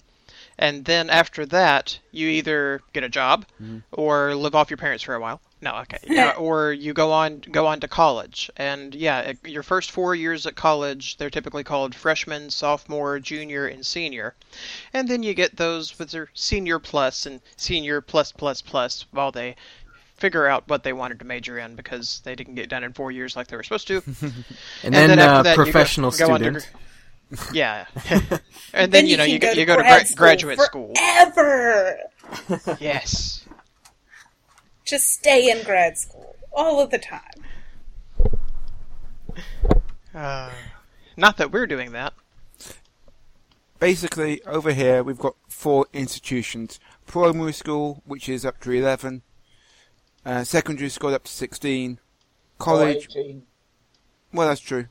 And then after that, you either get a job or live off your parents for a while. No, okay. Yeah, or you go on go on to college, and yeah, it- your first four years at college, they're typically called freshman, sophomore, junior, and senior. And then you get those with their senior plus and senior plus plus plus while they figure out what they wanted to major in because they didn't get done in four years like they were supposed [LAUGHS] to. and, And then, uh, you go- professional go on to student. gr- [LAUGHS] [LAUGHS] yeah. and then, you know can you go, to you go to grad gra- graduate school. Forever! Yes. Just stay in grad school all of the time. Uh, not that we're doing that. Basically, over here, we've got four institutions. Primary school, which is up to 11, uh, secondary school up to 16, Or college, 18. Well, that's true.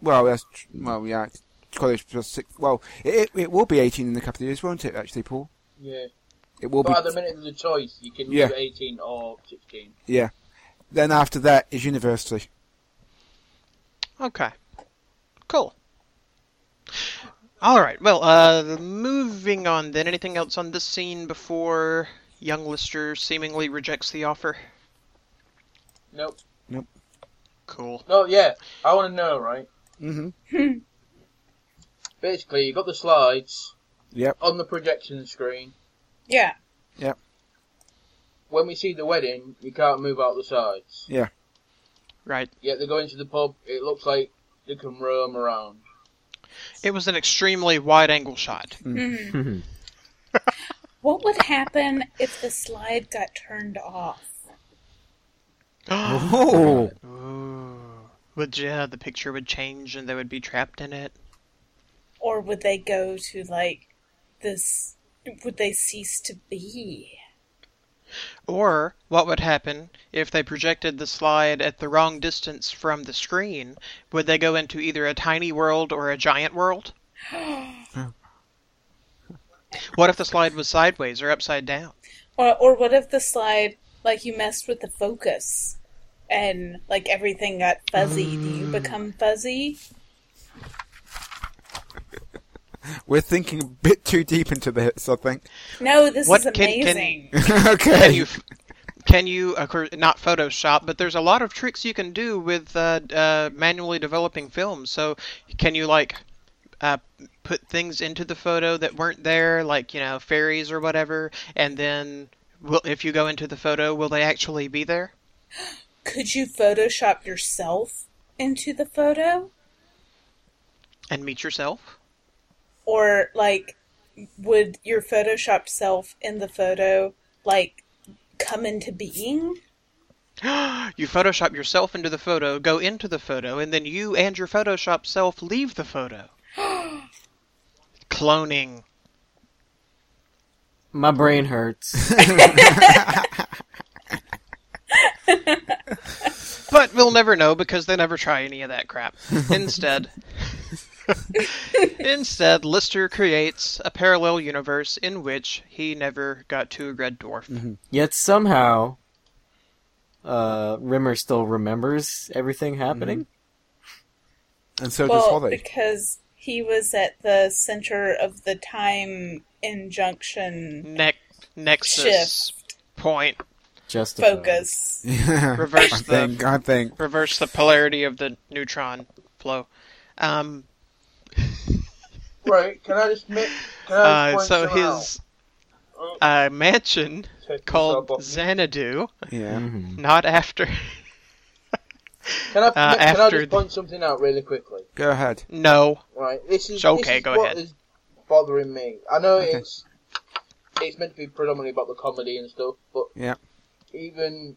Well, that's tr- well, yeah. it's College plus six. Well, it, it it will be eighteen in a couple of years, won't it? Actually, Paul, Yeah, it will but at be. the minute there's a choice. You can Yeah. do 18 or 16. Yeah. Then after that is university. Okay. Cool. All right. Well, uh, moving on then. Anything else on this scene before young Lister seemingly rejects the offer? Nope. Cool. No, yeah. I want to know, right? Mm-hmm. [LAUGHS] Basically, you got the slides Yep. on the projection screen. Yeah. When we see the wedding, you can't move out the sides. Right. Yet they go into the pub. It looks like they can roam around. It was an extremely wide angle shot. [GASPS] Mhm. What would happen if the slide got turned off? Oh, Ooh. Would yeah, the picture would change and they would be trapped in it. Or would they go to, like, this? Would they cease to be? Or what would happen if they projected the slide at the wrong distance from the screen? Would they go into either a tiny world or a giant world? what if the slide was sideways or upside down? Or, or what if the slide, like, you messed with the focus and, like, everything got Mm. fuzzy? Do you become fuzzy? We're thinking a bit too deep into this, I think. [LAUGHS] No, this What is can- can- amazing. Can okay. you, can you, of course, not Photoshop, but there's a lot of tricks you can do with uh, uh, manually developing films. So can you like uh, put things into the photo that weren't there, like you know fairies or whatever, and then will, if you go into the photo, will they actually be there? Could you Photoshop yourself into the photo? And meet yourself. Or, like, would your Photoshopped self in the photo, like, come into being? You Photoshop yourself into the photo, go into the photo, and then you and your Photoshop self leave the photo. Cloning. My [LAUGHS] brain hurts. But we'll never know because they never try any of that crap. Instead, instead, Lister creates a parallel universe in which he never got to a red dwarf. Yet somehow, uh, Rimmer still remembers everything happening. Mm-hmm. And so does Well, [LAUGHS] Holly. because he was at the center of the time injunction Ne- nexus point. Just uh, a focus. I Reverse the think. I think. reverse the polarity of the neutron flow. Um, Right, can I just make. Can uh, I just point so something out? his uh, mansion Take this called up. Xanadu, Mm-hmm. Yeah. not after. [LAUGHS] Can I, can I uh, after just point something out really quickly? Go ahead. No, Right, this is, It's okay, this is go what ahead. is bothering me. I know it's it's meant to be predominantly about the comedy and stuff, but Yeah. even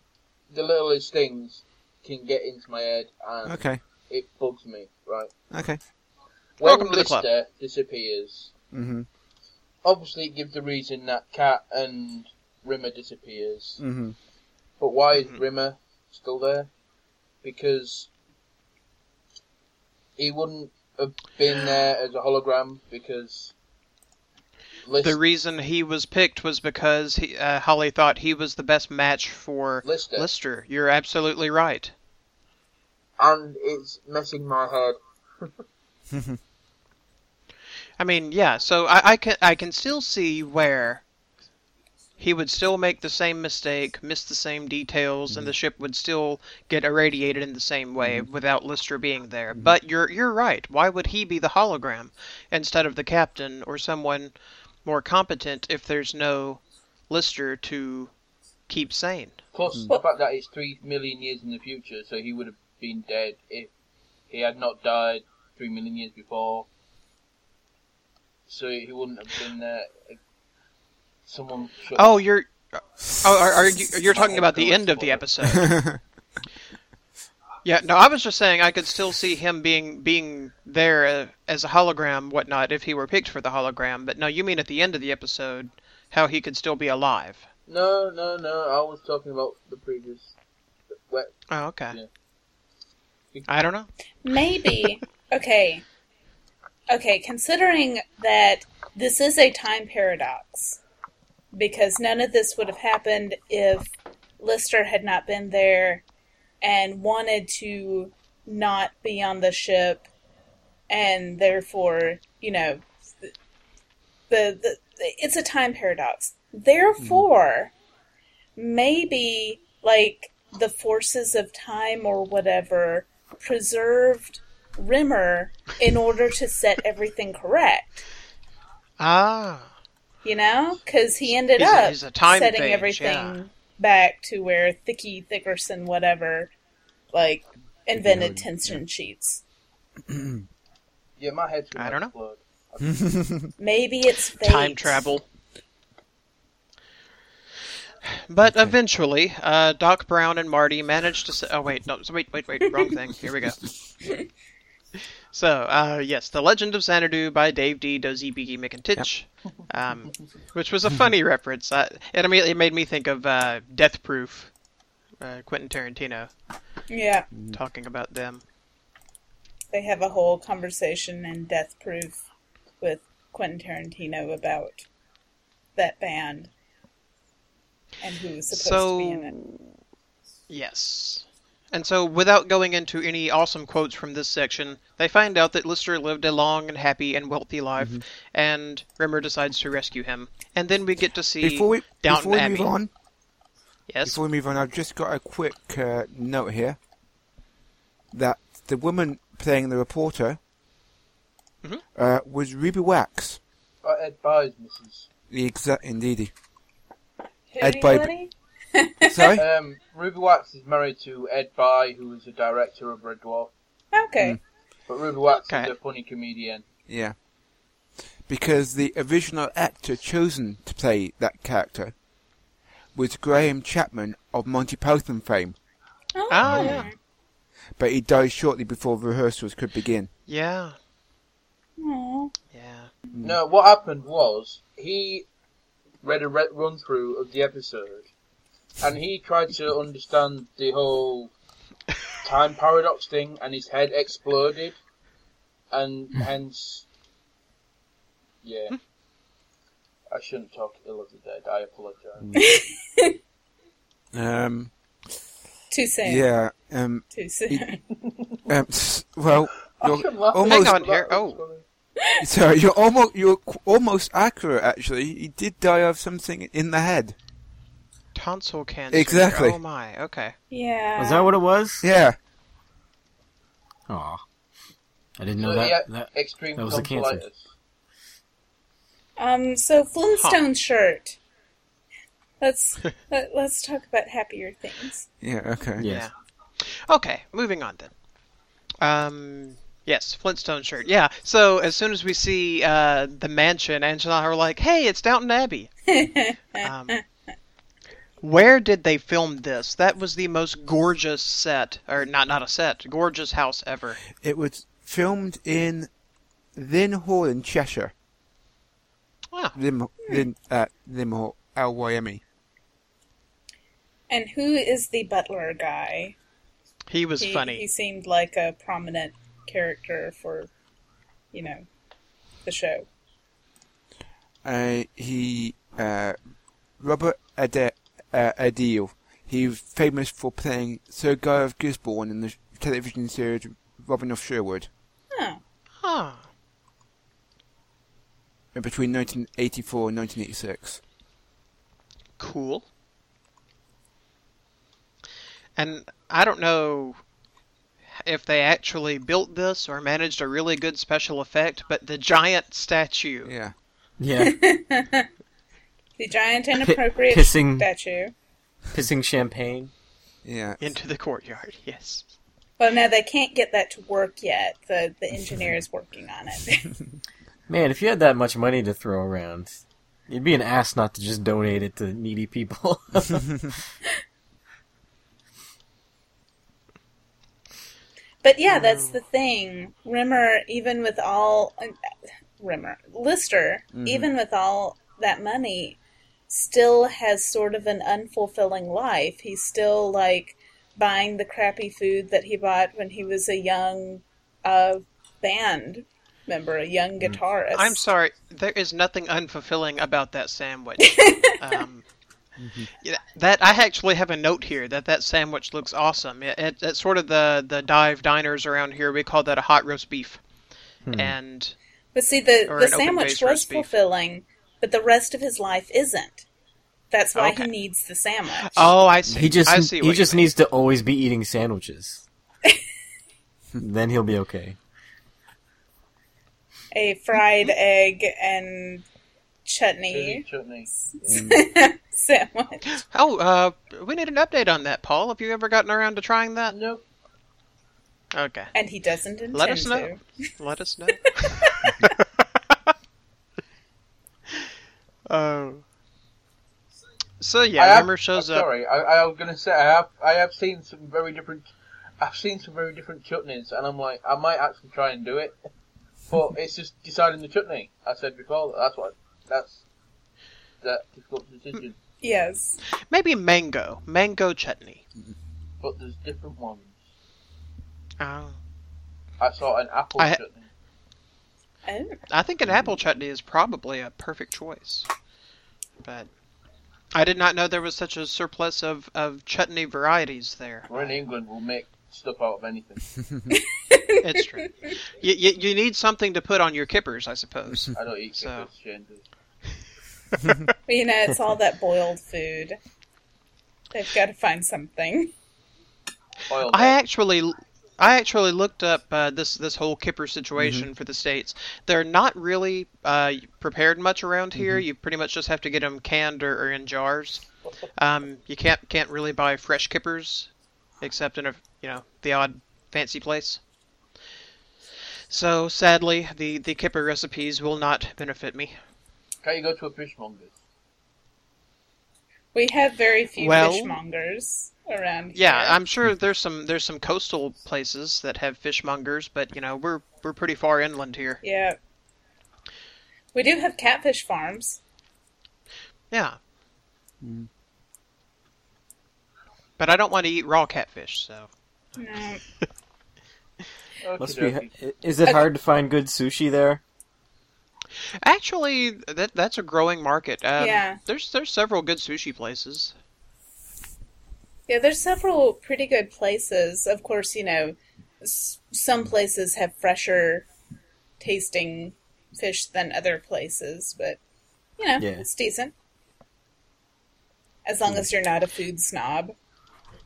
the littlest things can get into my head and Okay. it bugs me. Right, Okay. when Welcome to the Lister club. disappears, Mm-hmm. obviously it gives the reason that Cat and Rimmer disappears. Mm-hmm. But why Mm-hmm. is Rimmer still there? Because he wouldn't have been there as a hologram because Lis- the reason he was picked was because he, uh, Holly thought he was the best match for Lister. Lister. You're absolutely right. and it's messing my head. I mean, yeah. So I, I can I can still see where he would still make the same mistake, miss the same details, and the ship would still get irradiated in the same way without Lister being there. But you're you're right. Why would he be the hologram instead of the captain or someone more competent if there's no Lister to keep sane? Plus Hmm. the fact that it's three million years in the future, so he would have been dead if he had not died three million years before. So he wouldn't have been there. Someone. should- Oh, you're. Oh, are, are you, you're talking about the end of the episode? yeah. No, I was just saying I could still see him being being there uh, as a hologram, whatnot, if he were picked for the hologram. But no, you mean at the end of the episode, how he could still be alive? No, no, no. I was talking about the previous. Where, Oh, okay. Yeah. I don't know. Maybe. okay. Okay, considering that this is a time paradox, because none of this would have happened if Lister had not been there and wanted to not be on the ship, and therefore, you know, the, the, the it's a time paradox. Therefore, maybe like the forces of time or whatever preserved Rimmer in order to set everything correct. Ah. You know, because he ended He's a- up he's a time setting page, everything yeah. back to where Thicky Thickerson, whatever, like invented tension sheets. yeah, my head's been I don't know. exploded. Maybe it's fate. time travel. But eventually, uh, Doc Brown and Marty managed to. Sa- oh wait, no, wait, wait, wait, wrong thing. Here we go. So, uh, yes, The Legend of Xanadu by Dave D. Dozy Biggie McIntitch, um, which was a funny reference. Uh, it immediately made me think of uh, Death Proof, uh, Quentin Tarantino, Yeah, talking about them. they have a whole conversation in Death Proof with Quentin Tarantino about that band and who was supposed to be in it. Yes. And so, without going into any awesome quotes from this section, they find out that Lister lived a long and happy and wealthy life, Mm-hmm. and Rimmer decides to rescue him. And then we get to see [LAUGHS] Before we Downton before we Abbey. move on, yes. before we move on, I've just got a quick uh, note here that the woman playing the reporter Mhm. uh, was Ruby Wax. By Oh, Ed Byers, Mrs. The exact indeedy. Ed Who, Pipe. buddy? Sorry. Um, Ruby Wax is married to Ed By, who is the director of Red Dwarf. Mm. Okay. But Ruby Wax Okay. is a funny comedian. Yeah. Because the original actor chosen to play that character was Graham Chapman of Monty Python fame, Oh, Ah, yeah. but he died shortly before rehearsals could begin. Yeah. aw. Yeah. No, what happened was he read a re- run through of the episode, and he tried to understand [LAUGHS] the whole time paradox thing, and his head exploded, and Hmm. hence, yeah. I shouldn't talk ill of the dead. I apologise. Um, Too soon. yeah. Um, Too soon. [LAUGHS] um, well, [LAUGHS] I you're shouldn't laugh. almost Hang on here. That was Oh. funny. sorry. You're almost you're qu- almost accurate. Actually, he did die of something in the head. Tonsil cancer. Exactly. Oh my. Okay. yeah. Was that what it was? Yeah. Aw. I didn't So Oh, know he that. had that uh, extreme that was the cancer. tonsillitis. Um, so Flintstone shirt. Let's [LAUGHS] let, let's talk about happier things. Yeah. Okay. yes. Yeah. Okay. Moving on then. Um. Yes, Flintstone shirt. Yeah. So as soon as we see uh, the mansion, Angela and I were like, "Hey, it's Downton [LAUGHS] Abbey." um, where did they film this? That was the most gorgeous set, or not not a set, gorgeous house ever. It was filmed in Lynn Hall in Cheshire. Wow. Lim Lynn uh, Lynn Hall, L Y M E. And who is the butler guy? He was he, funny. He seemed like a prominent character for, you know, the show. uh, he uh, Robert Ade- uh, Adil. He's famous for playing Sir Guy of Gisborne in the sh- television series Robin of Sherwood Oh, Huh. uh, between 1984 and 1986. Cool. And I don't know if they actually built this or managed a really good special effect, but the giant statue. Yeah, Yeah. the giant and Pi- appropriate pissing. statue. [LAUGHS] Pissing champagne. yeah. Into the courtyard, yes. Well, no, they can't get that to work yet. The the engineer is working on it. [LAUGHS] Man, if you had that much money to throw around, you'd be an ass not to just donate it to needy [LAUGHS] people. but yeah, that's the thing. Rimmer, even with all uh, Rimmer Lister, Mm-hmm. even with all that money, still has sort of an unfulfilling life. He's still like buying the crappy food that he bought when he was a young uh, band member, a Mm. young guitarist. I'm sorry, there is nothing unfulfilling about that sandwich. um, yeah, that I actually have a note here that that sandwich looks awesome. It, it, it's sort of the the dive diners around here. We call that a hot roast beef, and But see, the, Or the an open sandwich faced was roast beef. fulfilling, but the rest of his life isn't. That's why Okay. he needs the sandwich. oh, I see. he just I see what he you just mean. needs to always be eating [LAUGHS] sandwiches. then he'll be okay. A fried egg and Chili Eh? chutney chutney. Mm. [LAUGHS] sandwich. Oh, uh, we need an update on that, Paul. Have you ever gotten around to trying that? No, Okay. And he doesn't intend Let us know. to. Let us [LAUGHS] know. Oh. so yeah, Um, I have- Rimmer shows I'm up. Sorry, I, I was gonna say I have I have seen some very different. I've seen some very different chutneys, and I'm like, I might actually try and do it, [LAUGHS] but it's just deciding the chutney. I said before that's what that's that difficult decision. Yes. Maybe mango, mango chutney. But there's different ones. Oh. I saw an apple I- chutney. Oh, I think an apple chutney is probably a perfect choice, but I did not know there was such a surplus of, of chutney varieties there. We're in England. We'll make stuff out of anything. It's [LAUGHS] true. you, you, you need something to put on your kippers, I suppose. I don't eat So- kippers. Shane does. But, you know, it's all that boiled food. They've got to find something. Oil I that. actually, I actually looked up uh, this this whole kipper situation for the states. They're not really uh, prepared much around here. You pretty much just have to get them canned or, or in jars. Um, you can't can't really buy fresh kippers, except in a you know the odd fancy place. So sadly, the the kipper recipes will not benefit me. Can't you go to a fishmonger's? We have very few Well- fishmongers around Yeah, here. I'm sure there's some there's some coastal places that have fishmongers, but you know we're we're pretty far inland here. Yeah. We do have catfish farms. Yeah. Mm. But I don't want to eat raw catfish, so No. Must Okey-dokey. be, is it hard to find good sushi [LAUGHS] there? actually, that that's a growing market. Um, Yeah. There's there's several good sushi places. Yeah, there's several pretty good places. Of course, you know, s- some places have fresher tasting fish than other places, but you know, Yeah. it's decent. As long as you're not a food snob.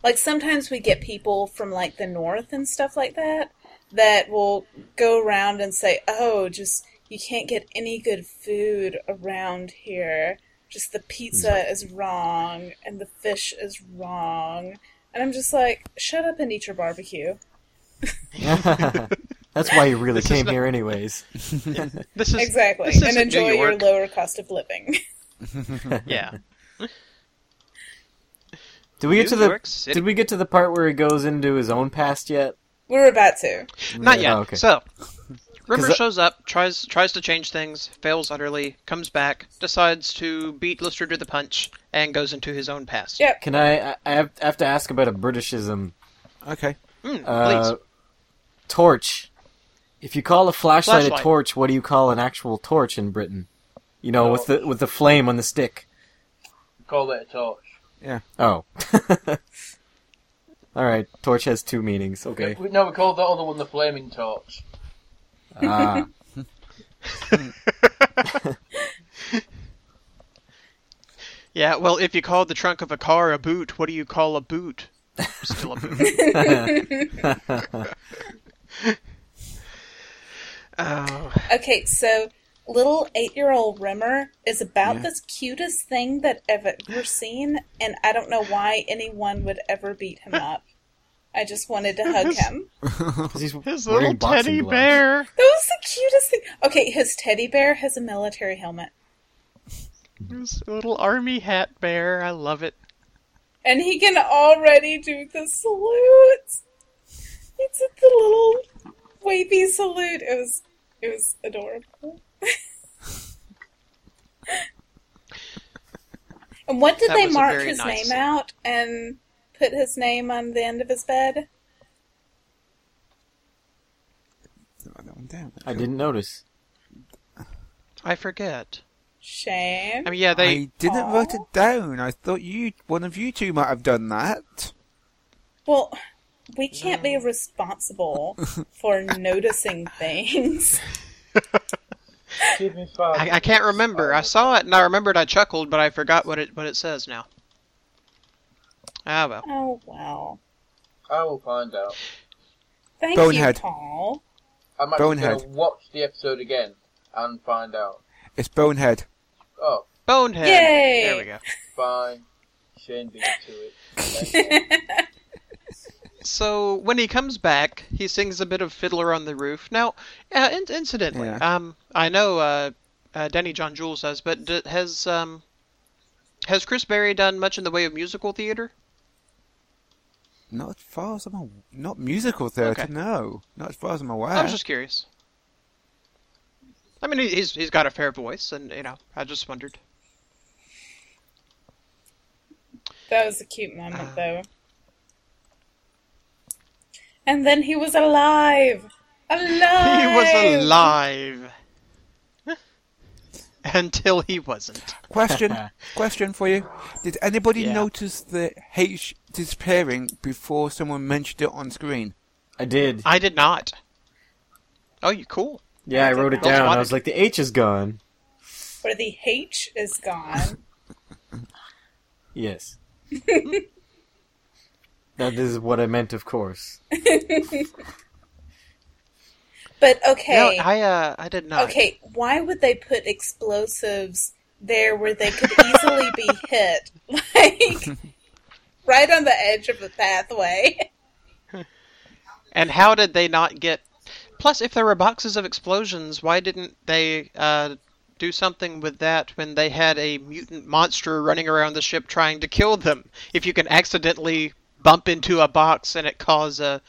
Like sometimes we get people from like the north and stuff like that that will go around and say, "Oh, just you can't get any good food around here. Just the pizza is wrong and the fish is wrong." And I'm just like, "Shut up and eat your barbecue." That's why you really This is came not- here, anyways. This is Exactly, This and isn't enjoy New your York. lower cost of living. [LAUGHS] [LAUGHS] yeah. Did we get New to the York City. Did we get to the part where he goes into his own past yet? We're about to. Not yet. Oh, okay. So, Rimmer that- shows up, tries tries to change things, fails utterly, comes back, decides to beat Lister to the punch, and goes into his own past. Yep. Can I? I- I have, I have to ask about a Britishism. Okay. Mm, Uh, please. torch. If you call a flashlight, a Flashlight. torch, what do you call an actual torch in Britain? You know, with the with the flame on the stick. Call it a torch. Oh. [LAUGHS] All right. Torch has two meanings. Okay. We, no, we called that other one the flaming torch. Ah. Yeah. Well, if you call the trunk of a car a boot, what do you call a boot? Still a boot. [LAUGHS] oh. Okay, so little eight-year-old Rimmer is about the cutest thing that I've ever seen, and I don't know why anyone would ever beat him up. I just [LAUGHS] wanted to hug him. 'Cause [LAUGHS] he's His wearing little boxing teddy gloves. bear. That was the cutest thing. Okay, his teddy bear has a military helmet, His little army hat bear. I love it. and he can already do the salutes. It's a the little wavy salute. It was, it was adorable. [LAUGHS] and what did That they was a mark very his nice- name out and put his name on the end of his bed? Don't write that one down. I didn't notice. I forget. Shame. I mean, yeah, they. I didn't write it down. I thought you, one of you two, might have done that. well, we can't mm. be responsible [LAUGHS] for noticing things. Give me five. I, I can't remember. I saw it and I remembered I chuckled, but I forgot what it what it says now. Ah well. Oh well. I will find out. Thank Bonehead. you, Paul. I'm actually going Bonehead. to watch the episode again and find out. It's Bonehead. Oh, Bonehead. Yay! There we go. fine. Shane beat me to it. Thank you. So when he comes back, he sings a bit of Fiddler on the Roof. Now, uh, in- incidentally, Yeah. um, I know uh, uh, Danny John Jules has, but d- has um, has Chris Berry done much in the way of musical theater? Not as far as I'm aw- not musical theatre. Okay. No, not as far as I'm aware. I was just curious. I mean, he- he's he's got a fair voice, and you know, I just wondered. That was a cute Ah. moment, though. And then he was alive. Alive. He was alive. [LAUGHS] until he wasn't. Question, question for you: Did anybody Yeah. notice the H disappearing before someone mentioned it on screen? I did. I did not. Oh, you cool. Yeah, I wrote it Well down. I spotted. was like, the H is gone. Or the H is gone. [LAUGHS] Yes. that is what I meant, of course. But okay. No, I uh, I did not. Okay, why would they put explosives there where they could easily [LAUGHS] be hit? Like, right on the edge of the pathway. And how did they not get? Plus, if there were boxes of explosions, why didn't they uh, do something with that when they had a mutant monster running around the ship trying to kill them? If you can accidentally bump into a box and it cause a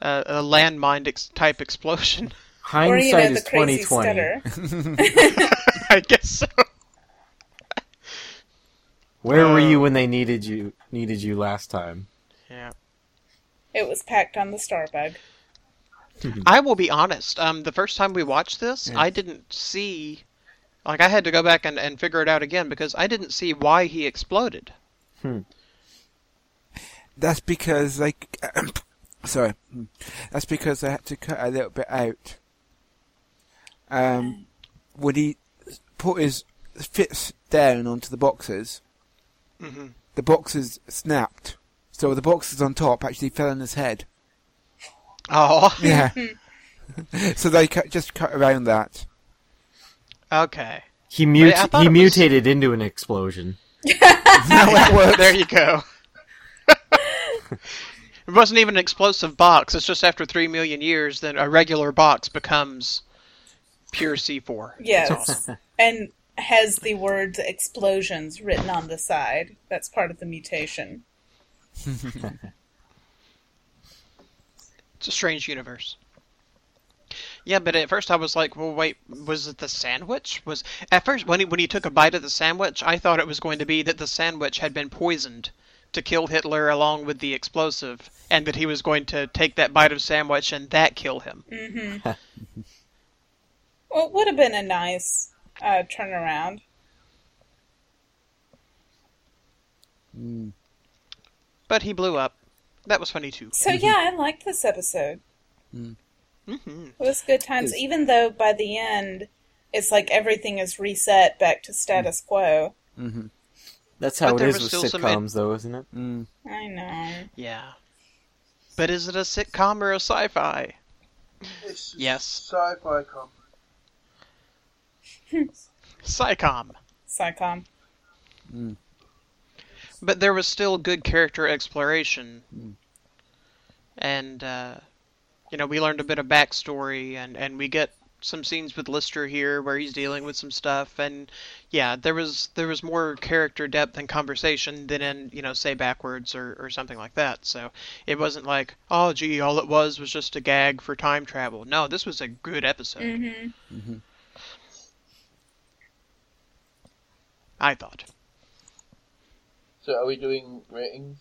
a, a landmine ex- type explosion, [LAUGHS] Or, you know, Hindsight the is crazy twenty twenty. stutter. I guess so. Where were Uh, you when they needed you needed you last time? Yeah. It was packed on the Starbug. I will be honest. Um, the first time we watched this, I didn't see. Like, I had to go back and, and figure it out again because I didn't see why he exploded. That's because like, [COUGHS] sorry, that's because I had to cut a little bit out. Um, when he put his fists down onto the boxes, the boxes snapped. So the boxes on top actually fell on his head. Oh. Yeah. [LAUGHS] so they cut, just cut around that. Okay. He mut- I thought he it was- mutated into an explosion. [LAUGHS] Now it works. There you [LAUGHS] go. it wasn't even an explosive box. It's just after three million years, then a regular box becomes pure C4. That's all. Yes. and has the words explosions written on the side. That's part of the mutation. It's a strange universe. Yeah, but at first I was like, "Well, wait, was it the sandwich?" Was at first when he when he took a bite of the sandwich, I thought it was going to be that the sandwich had been poisoned to kill Hitler along with the explosive, and that he was going to take that bite of sandwich and that kill him. Well, it would have been a nice uh, turnaround. But he blew up. That was funny too. So yeah, I liked this episode. It was good times, even though by the end, it's like everything is reset back to status quo. That's how But it there is was with still some sitcoms, though, isn't it? I know. [LAUGHS] Yeah. But is it a sitcom or a sci-fi? Yes, Sci-fi com. sci-com. Psycom. But there was still good character exploration, and uh, you know we learned a bit of backstory, and and we get some scenes with Lister here where he's dealing with some stuff, and yeah, there was there was more character depth and conversation than in you know say backwards or or something like that. So it wasn't like oh gee, all it was was just a gag for time travel. No, this was a good episode. Mm. I thought. So are we doing ratings?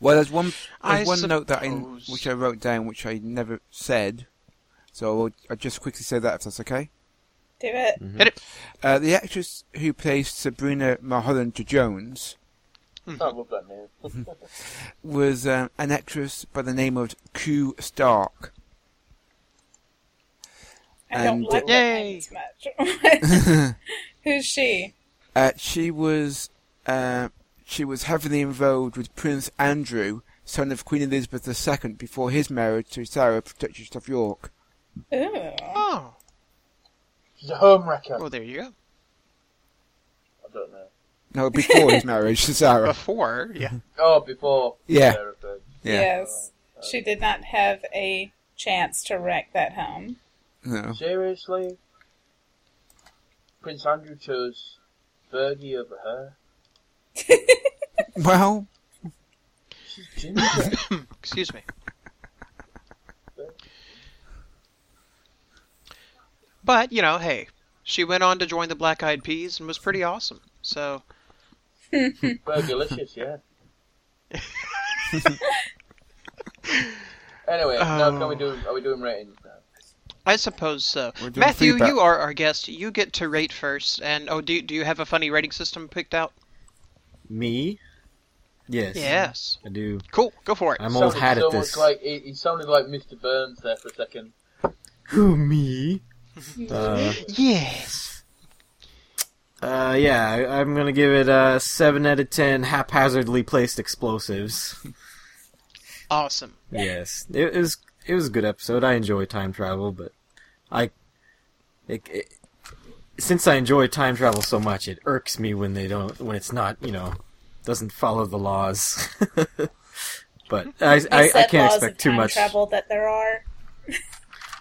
Well, there's one I there's one note that I suppose. which I wrote down which I never said, so I'll, I'll just quickly say that if that's okay. Do it. Hit it. Uh, the actress who plays Sabrina Mulholland to Jones Mm-hmm. I love that name. [LAUGHS] was um, an actress by the name of Q Stark. I don't And- like Yay. that name as much. [LAUGHS] Who's she? Uh, she was uh, she was heavily involved with Prince Andrew, son of Queen Elizabeth II, before his marriage to Sarah, Duchess of York. Ooh. Oh, She's a home wrecker. well, Oh, there you [LAUGHS] go. I don't know. No, [LAUGHS] before his marriage to Sarah. Before, yeah. Oh, before. Yeah. Sarah Bird. Yes. She did not have a chance to wreck that home. No. Seriously? Prince Andrew chose Fergie over her? Well, She's ginger. Excuse me. But, you know, hey, she went on to join the Black Eyed Peas and was pretty awesome. So, [LAUGHS] Fergalicious, yeah. Oh. anyway, now can we do, are we doing ratings now? I suppose so. We're doing Matthew, feedback. you are our guest. You get to rate first. And oh, do do you have a funny rating system picked out? Me? Yes. Yes. I do. Cool. Go for it. Uh, I'm old Sounded hat so at this. Much like, he, he sounded like Mr. Burns there for a second. [LAUGHS] Who me? uh, Yes. uh, yeah, I, I'm gonna give it uh, seven out of ten haphazardly placed explosives. Awesome. Yes, it, it was it was a good episode. I enjoy time travel, but I it, it, since I enjoy time travel so much, it irks me when they don't when it's not you know doesn't follow the laws. [LAUGHS] but I The I, I set can't laws expect of too time much. travel that there are.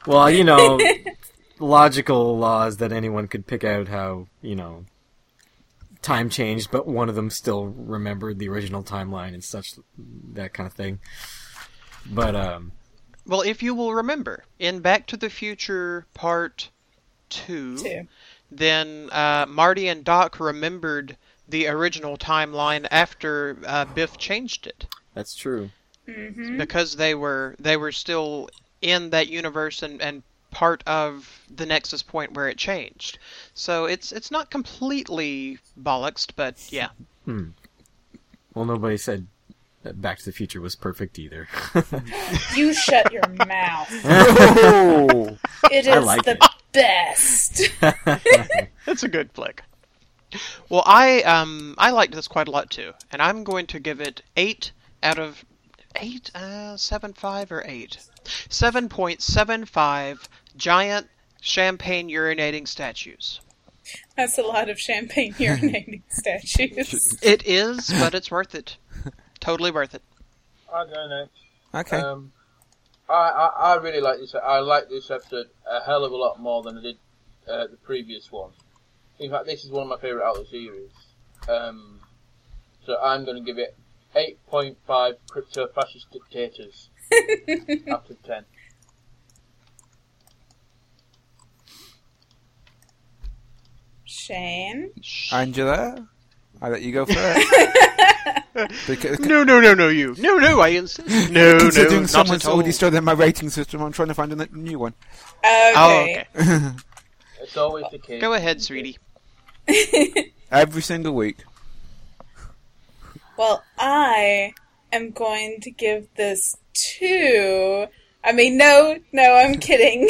Well, [LAUGHS] you know, logical laws that anyone could pick out how you know time changed, but one of them still remembered the original timeline and such that kind of thing. But um, Well, if you will remember, in Back to the Future Part 2, Two. then uh, Marty and Doc remembered the original timeline after uh, Biff changed it that's true. because they were they were still in that universe and, and part of the Nexus point where it changed. So it's it's not completely bollocksed, but yeah. Well, nobody said that Back to the Future was perfect either. [LAUGHS] You shut your mouth. Oh! It I is like the it. best. [LAUGHS] It's a good flick. Well, I um I liked this quite a lot too, and I'm going to give it eight out of eight uh seven five or eight seven point seven five giant champagne urinating statues. That's a lot of champagne [LAUGHS] [LAUGHS] urinating statues. It is, [LAUGHS] but it's worth it. Totally worth it. I don't know. okay. Um, I, I, I really like this. I like this episode a hell of a lot more than I did uh, the previous one. In fact, this is one of my favourite out of the series. Um, so I'm going to give it 8.5 crypto fascist [LAUGHS] dictators out of 10. Shane, Angela, I let you go first. [LAUGHS] because, No, no, no, no, you. No, no, I insist. [LAUGHS] No, no, considering not someone's at all. already stolen my rating system, I'm trying to find a new one. okay. Oh, okay. It's always the case. Go ahead, sweetie. Every single week. [LAUGHS] Well, I am going to give this two. I mean, no, no, I'm kidding.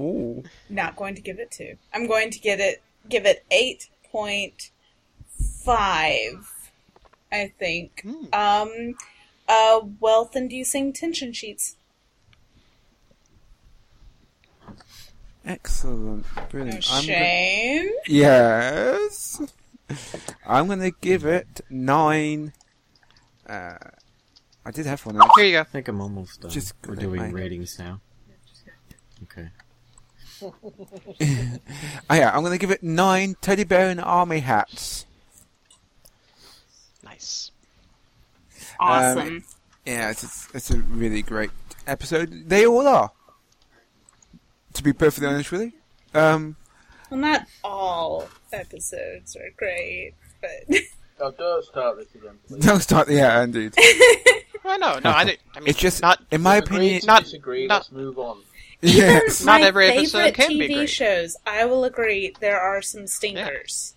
Ooh. Not going to give it two. I'm going to get it. Give it eight point five. I think. Hmm. Um, uh, wealth-inducing tension sheets. Excellent. Brilliant. I'm gonna- Um, Shane. yes. I'm going to give it nine. Uh, I did have one. else. Here you go. I think I'm almost done. Just We're good, doing mate. ratings now. Okay. Oh, yeah, I'm going to give it nine teddy bear and army hats. Nice. Awesome. Yeah, it's, it's, it's a really great episode. They all are. To be perfectly honest with you. Um, well, not all episodes are great, but Oh, don't start this again, [LAUGHS] please. don't start the air, indeed. I know. No, I didn't. I mean, Uh-huh. It's just, not. in my Agree opinion, to Not- disagree, not- let's move on. [LAUGHS] yes. Not my every episode favorite can TV be great. shows. I will agree. There are some stinkers.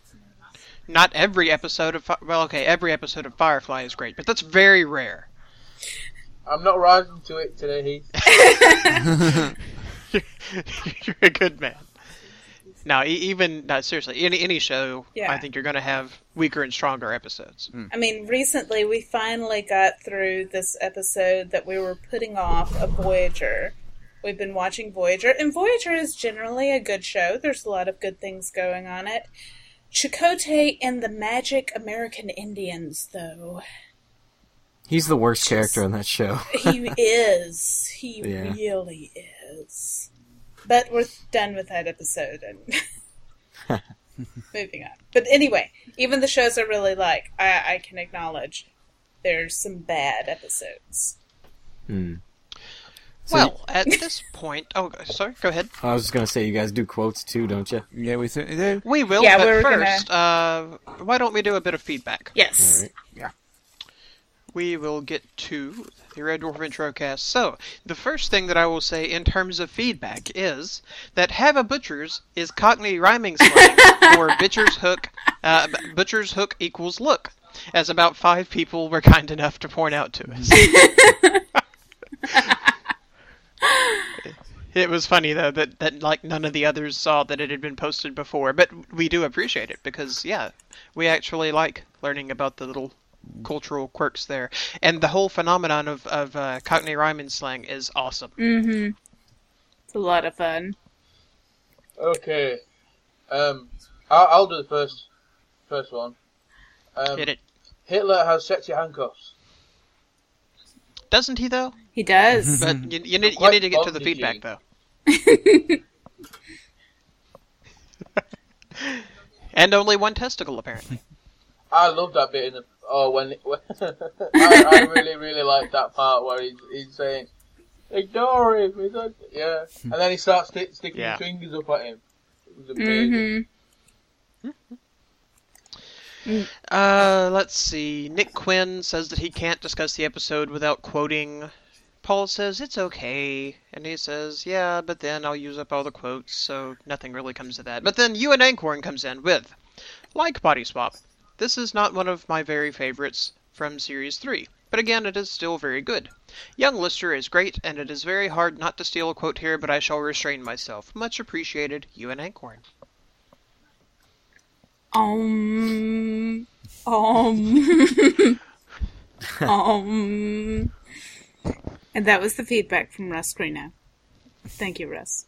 not every episode of Fi- well, okay, every episode of Firefly is great, but that's very rare. [LAUGHS] I'm not rising to it today, Heath. you're a good man. Now, e- even no, seriously, any any show, Yeah. I think you're going to have weaker and stronger episodes. I mean, recently we finally got through this episode that we were putting off of Voyager. We've been watching Voyager, and Voyager is generally a good show. There's a lot of good things going on it. Chakotay and the Magic American Indians, though. He's the worst character on that show. [LAUGHS] he is. He Yeah. really is. But we're done with that episode and moving on. But anyway, even the shows I really like, I, I can acknowledge there's some bad episodes. Hmm. well, at this point, oh, go- sorry, go ahead. I was just gonna say, you guys do quotes too, don't you? yeah, we certainly do. We will, Yeah, but we're gonna- 1st uh, why don't we do a bit of feedback? Yes. All right. Yeah. we will get to the Red Dwarf intro cast. So, the first thing that I will say in terms of feedback is that Have a Butcher's is Cockney rhyming slang for Butcher's Hook. Uh, b- butcher's Hook equals look, as about five people were kind enough to point out to us. It was funny though that, that like none of the others saw that it had been posted before, but we do appreciate it because yeah, we actually like learning about the little cultural quirks there, and the whole phenomenon of of uh, Cockney rhyme and slang is awesome. Mm. It's a lot of fun. Okay. Um, I'll, I'll do the first first one. Um, Hit it, Hitler has sexy handcuffs. doesn't he though? He [LAUGHS] does. But you, you need you Quite need to get to the lovely, feedback Gene. [LAUGHS] though. [LAUGHS] and only one testicle apparently. I love that bit in the oh when, [LAUGHS] when I, I really really like that part where he's, he's saying ignore him, he's like, yeah, and then he starts sti sticking Yeah. his fingers up at him. It was amazing. mm-hmm. Uh, let's see. Nick Quinn says that he can't discuss the episode without quoting. Paul says it's okay, and he says, "Yeah, but then I'll use up all the quotes, so nothing really comes of that." But then you and Ancorn comes in with, like Body Swap. This is not one of my very favorites from Series 3, but again, it is still very good. Young Lister is great, and it is very hard not to steal a quote here, but I shall restrain myself. Much appreciated, you and Ancorn. Um. Um. um. And that was the feedback from Russ Greenow. Thank you, Russ.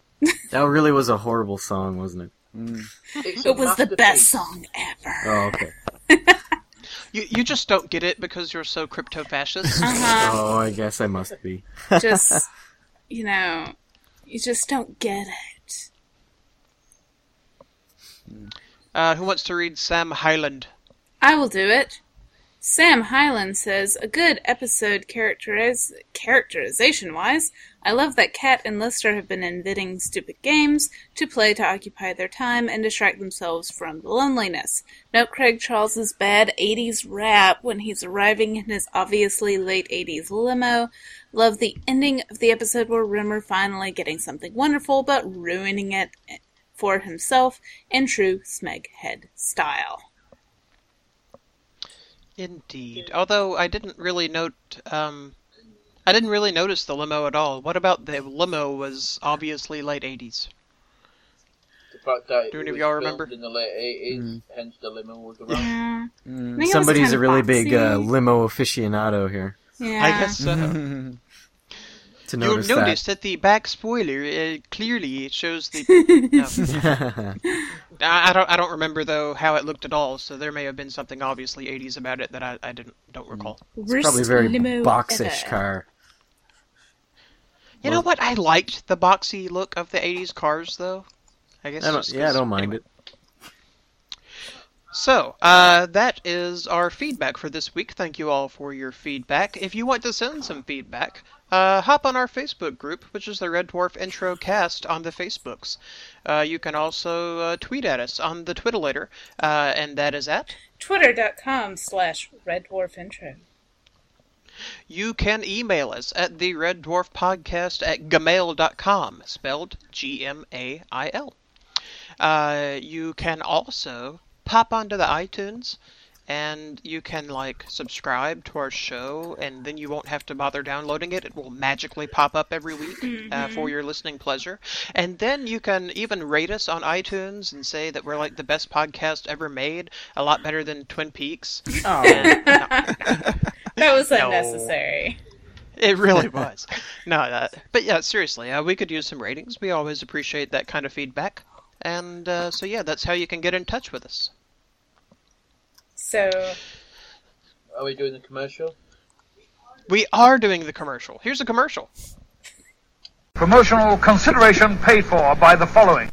That really was a horrible song, wasn't it? It's a It was the best masterpiece. song ever. Oh, okay. You, you just don't get it because you're so crypto fascist. [LAUGHS] [LAUGHS] Uh-huh. Oh, I guess I must be. Just, you know, you just don't get it. Uh, who wants to read Sam Highland? I will do it. Sam Hyland says, a good episode characteriz- characterization wise. I love that Cat and Lister have been inventing stupid games to play to occupy their time and distract themselves from the loneliness. Note Craig Charles's bad 80s rap when he's arriving in his obviously late 80s limo. Love the ending of the episode where Rimmer finally getting something wonderful but ruining it for himself in true Smeghead style. Indeed. Although I didn't really note, um, I didn't really notice the limo at all. What about the limo was obviously late '80s? The fact that Do it any of was y'all filmed remember? in the late eighties, hence the limo [LAUGHS] was around. Yeah. I think it was Somebody's kind Mm. a of really big uh, boxy. limo aficionado here yeah. I guess so. Mm-hmm. to You'll notice notice that. the back spoiler uh, clearly shows the. no. that. I, I don't. I don't remember though how it looked at all. So there may have been something obviously '80s about it that I, I didn't Mm. don't recall. Worst [LAUGHS] Probably a very limo boxish ever. car. You know Well- what? I liked the boxy look of the '80s cars though. I guess. I don't, just yeah, I 'cause- don't mind anyway. it. So, uh, that is our feedback for this week. Thank you all for your feedback. If you want to send some feedback, uh, hop on our Facebook group, which is the Red Dwarf Intro Cast on the Facebooks. Uh, you can also uh, tweet at us on the Twitter, uh, and that is at. Twitter.com slash Red Dwarf Intro. You can email us at the Red Dwarf Podcast at gmail.com, spelled G M A I L. Uh, you can also pop onto the iTunes and you can like subscribe to our show and then you won't have to bother downloading it it will magically pop up every week uh, for your listening pleasure and then you can even rate us on itunes and say that we're like the best podcast ever made a lot better than twin peaks And- no. That was No. unnecessary. It really was. No, uh, but yeah, seriously, uh, we could use some ratings. We always appreciate that kind of feedback. And uh, so, yeah, that's how you can get in touch with us. So, Are we doing the commercial? We are doing the commercial. Here's a commercial. Promotional consideration paid for by the following.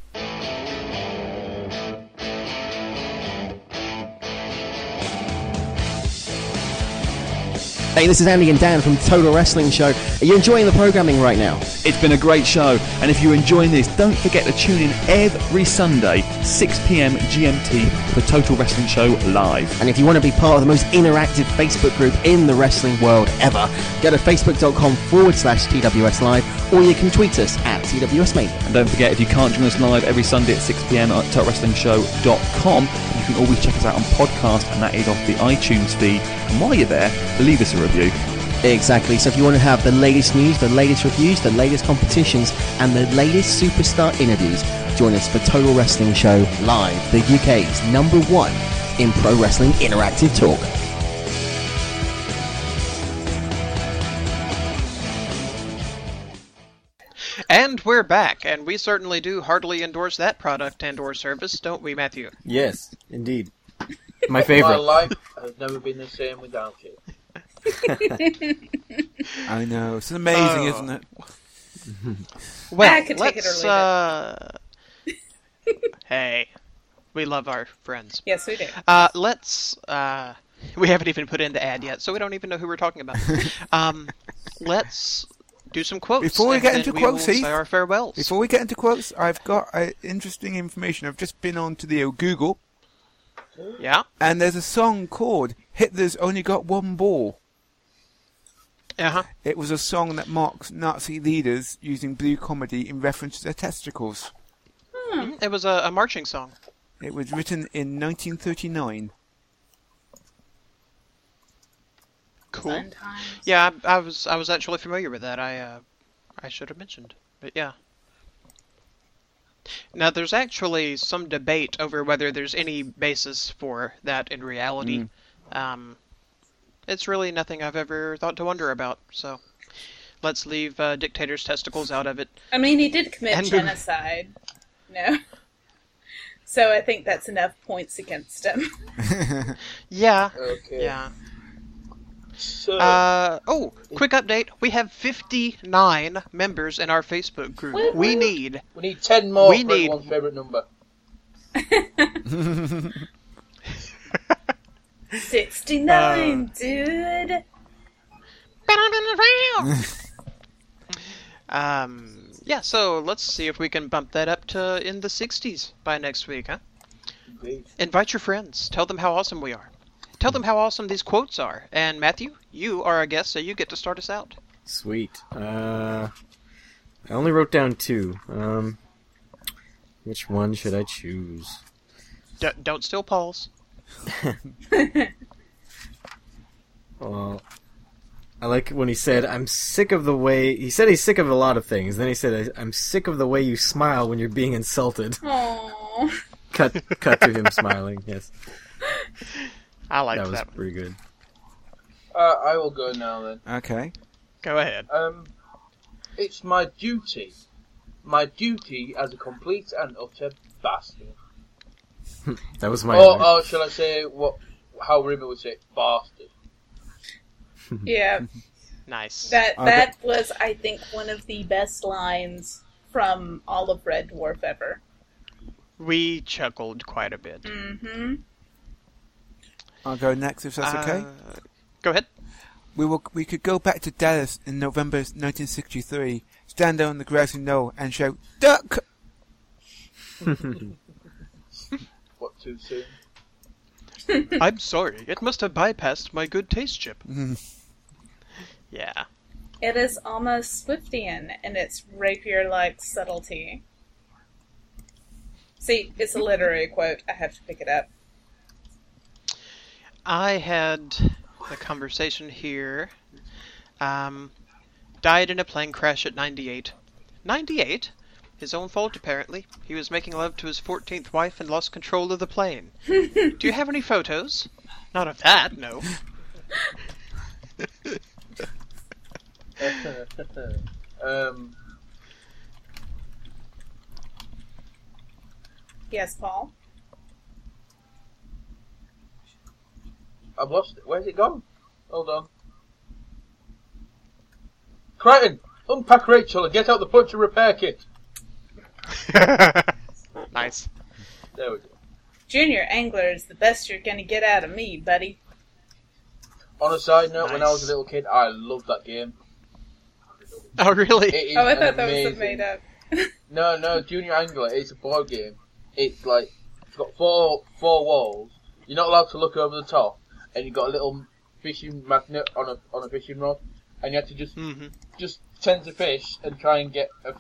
Hey, this is Andy and Dan from Total Wrestling Show. Are you enjoying the programming right now? It's been a great show, and if you're enjoying this, don't forget to tune in every Sunday, 6 pm GMT, for Total Wrestling Show Live. And if you want to be part of the most interactive Facebook group in the wrestling world ever, go to facebook.com forward slash TWS Live, or you can tweet us at TWS Mania. And don't forget, if you can't join us live every Sunday at 6 pm at TotalWrestlingShow.com, you can always check us out on podcast, and that is off the iTunes feed. And while you're there, leave us a review. Exactly. So if you want to have the latest news, the latest reviews, the latest competitions, and the latest superstar interviews, join us for Total Wrestling Show Live, the UK's number one in pro wrestling interactive talk. And we're back, and we certainly do heartily endorse that product and or service, don't we, Matthew? Yes, [LAUGHS] indeed. My My favorite. life has never been the same without it. I know. It's amazing, Oh. isn't it? Well, I could take it or let's, leave it. uh... [LAUGHS] hey, we love our friends. Yes, we do. Uh, let's. Uh, [LAUGHS] we haven't even put in the ad yet, so we don't even know who we're talking about. um, let's do some quotes Before we and get then into we quotes, will Heath, say our farewells. Before we get into quotes, I've got uh, interesting information. I've just been on to the old Google, Yeah. and there's a song called Hitler's Only Got One Ball. Uh huh. It was a song that mocks Nazi leaders using blue comedy in reference to their testicles. It was a, a marching song. It was written in 1939. Cool. Yeah, I, I was. I was actually familiar with that. I. Uh, I should have mentioned, but yeah. Now, there's actually some debate over whether there's any basis for that in reality. Um, it's really nothing I've ever thought to wonder about, so let's leave uh, dictators' testicles out of it. I mean, he did commit And- genocide. No. [LAUGHS] So I think that's enough points against him. [LAUGHS] Yeah, Okay. yeah. So, Uh, oh, quick update. We have 59 members in our Facebook group. Woo, We woo. need we need 10 more we for need- everyone's favourite number. 69, dude. [LAUGHS] Um, yeah, so let's see if we can bump that up to in the 60s by next week, huh? Great. Invite your friends. Tell them how awesome we are. Tell them how awesome these quotes are. And Matthew, you are our guest, so you get to start us out. Sweet. Uh, I only wrote down two. Um, which one should I choose? D- don't steal Paul's. Well, I like when he said, "I'm sick of the way." He said he's sick of a lot of things. Then he said, "I'm sick of the way you smile when you're being insulted." [LAUGHS] Aww. cut, cut to him [LAUGHS] smiling. Yes, I like that that, was one. pretty good. Uh, I will go now then. Okay. Go ahead. Um, it's my duty. My duty as a complete and utter bastard. That was my. Or, or shall I say, what? how Rimmer would say, bastard. Yeah, Nice. that I that was, I think, one of the best lines from all of Red Dwarf ever. We chuckled quite a bit. Mm-hmm. I'll go next if that's okay. Uh, Go ahead. We will, we could go back to Dallas in November 1963, stand on the grassy knoll and shout, Duck! What, too soon? I'm sorry. It must have bypassed my good taste chip. yeah. It is almost Swiftian in its rapier-like subtlety. See, it's a literary quote. I have to pick it up. I had a conversation here. Um, died in a plane crash at 98. 98? His own fault, apparently. He was making love to his 14th wife and lost control of the plane. Do you have any photos? Not of that, no. um, Yes, Paul. I've lost it. Where's it gone? Hold on. Crichton, unpack Rachel and get out the puncture repair kit. nice. There we go. Junior angler is the best you're gonna get out of me, buddy. On a side note, when I was a Nice. little kid, I loved that game. Oh, [LAUGHS] really? It [LAUGHS] is Oh, I an thought that was a amazing- made up. No, no, Junior Angler. It's a board game. It's like it's got four four walls. You're not allowed to look over the top, and you've got a little fishing magnet on a on a fishing rod, and you have to just hmm just tend to fish and try and get a,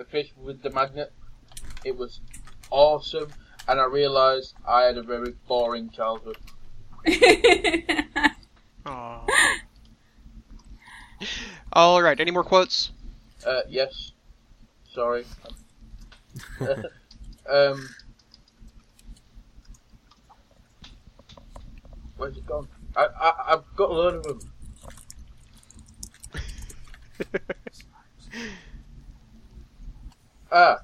a fish with the magnet. It was awesome, and I realised I had a very boring childhood. Aw. All right. Any more quotes? Uh, yes. Sorry. um. Where's it gone? I, I I've got a load of them. Ah,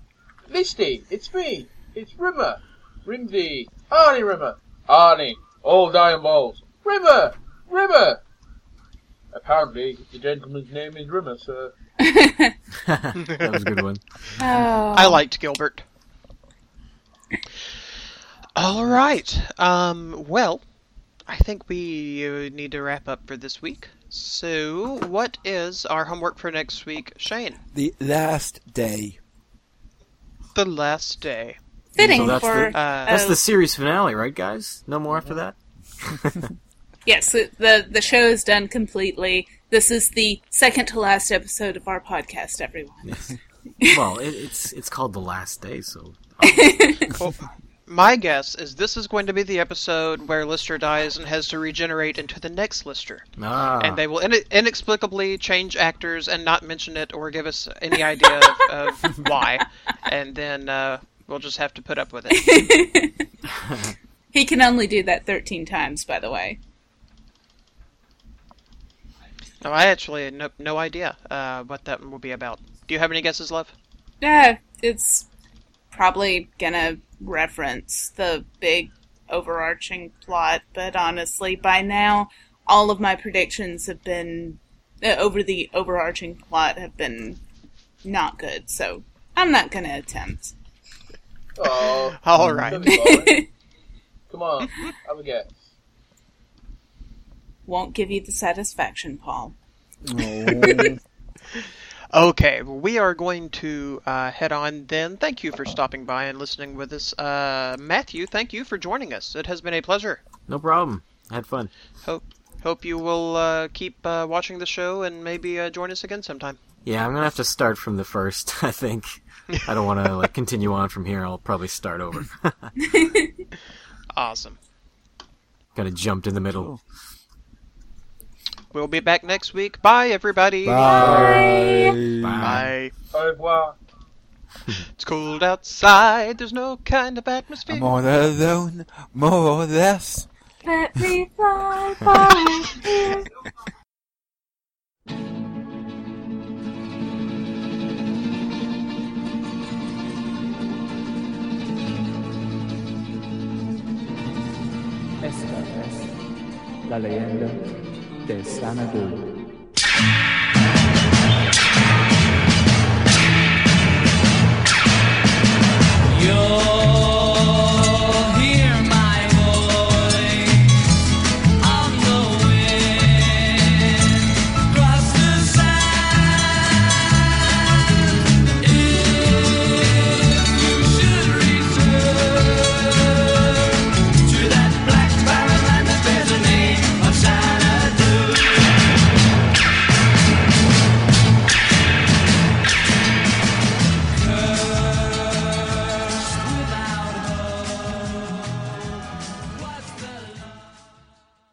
Listy, it's me. It's Rimmer. Rimdy. Arnie Rimmer. Arnie. All dying balls. Rimmer. Rimmer. Apparently, the gentleman's name is Rimmer, sir. that was a good one. Oh. I liked Gilbert. All right. Um, well, I think we uh, need to wrap up for this week. So, what is our homework for next week, Shane? The last day. The last day. [LAUGHS] Fitting So that's for the- Uh, That's Oh. the series finale, right, guys? No more after that. Yes, the the show is done completely. This is the second to last episode of our podcast, everyone. Well, it, it's it's called the last day, so My guess is this is going to be the episode where Lister dies and has to regenerate into the next Lister. ah, And they will in- inexplicably change actors and not mention it or give us any idea of, of why. And then uh, we'll just have to put up with it. He can only do that 13 times, by the way. No, I actually had no, no idea uh, what that will be about. Do you have any guesses, love? Yeah, it's probably gonna reference the big overarching plot, but honestly, by now, all of my predictions have been uh, over the overarching plot have been not good, so I'm not gonna attempt. Oh, All that'd right. be boring. Come on, have a guess. Won't give you the satisfaction, Paul. Okay, well, we are going to uh, head on then. Thank you for stopping by and listening with us. Uh, Matthew, thank you for joining us. It has been a pleasure. no problem. I had fun. Hope hope you will uh, keep uh, watching the show and maybe uh, join us again sometime. Yeah, I'm gonna have to start from the first. [LAUGHS] I think I don't want to like continue on from here. I'll probably start over. [LAUGHS] Awesome. kind of jumped in the middle. We'll be back next week. Bye, everybody. Bye. Bye. Au revoir. It's cold outside. There's no kind of atmosphere. I'm all alone, more or less. Let me fly, fly. Esta es la leyenda de Xanadu.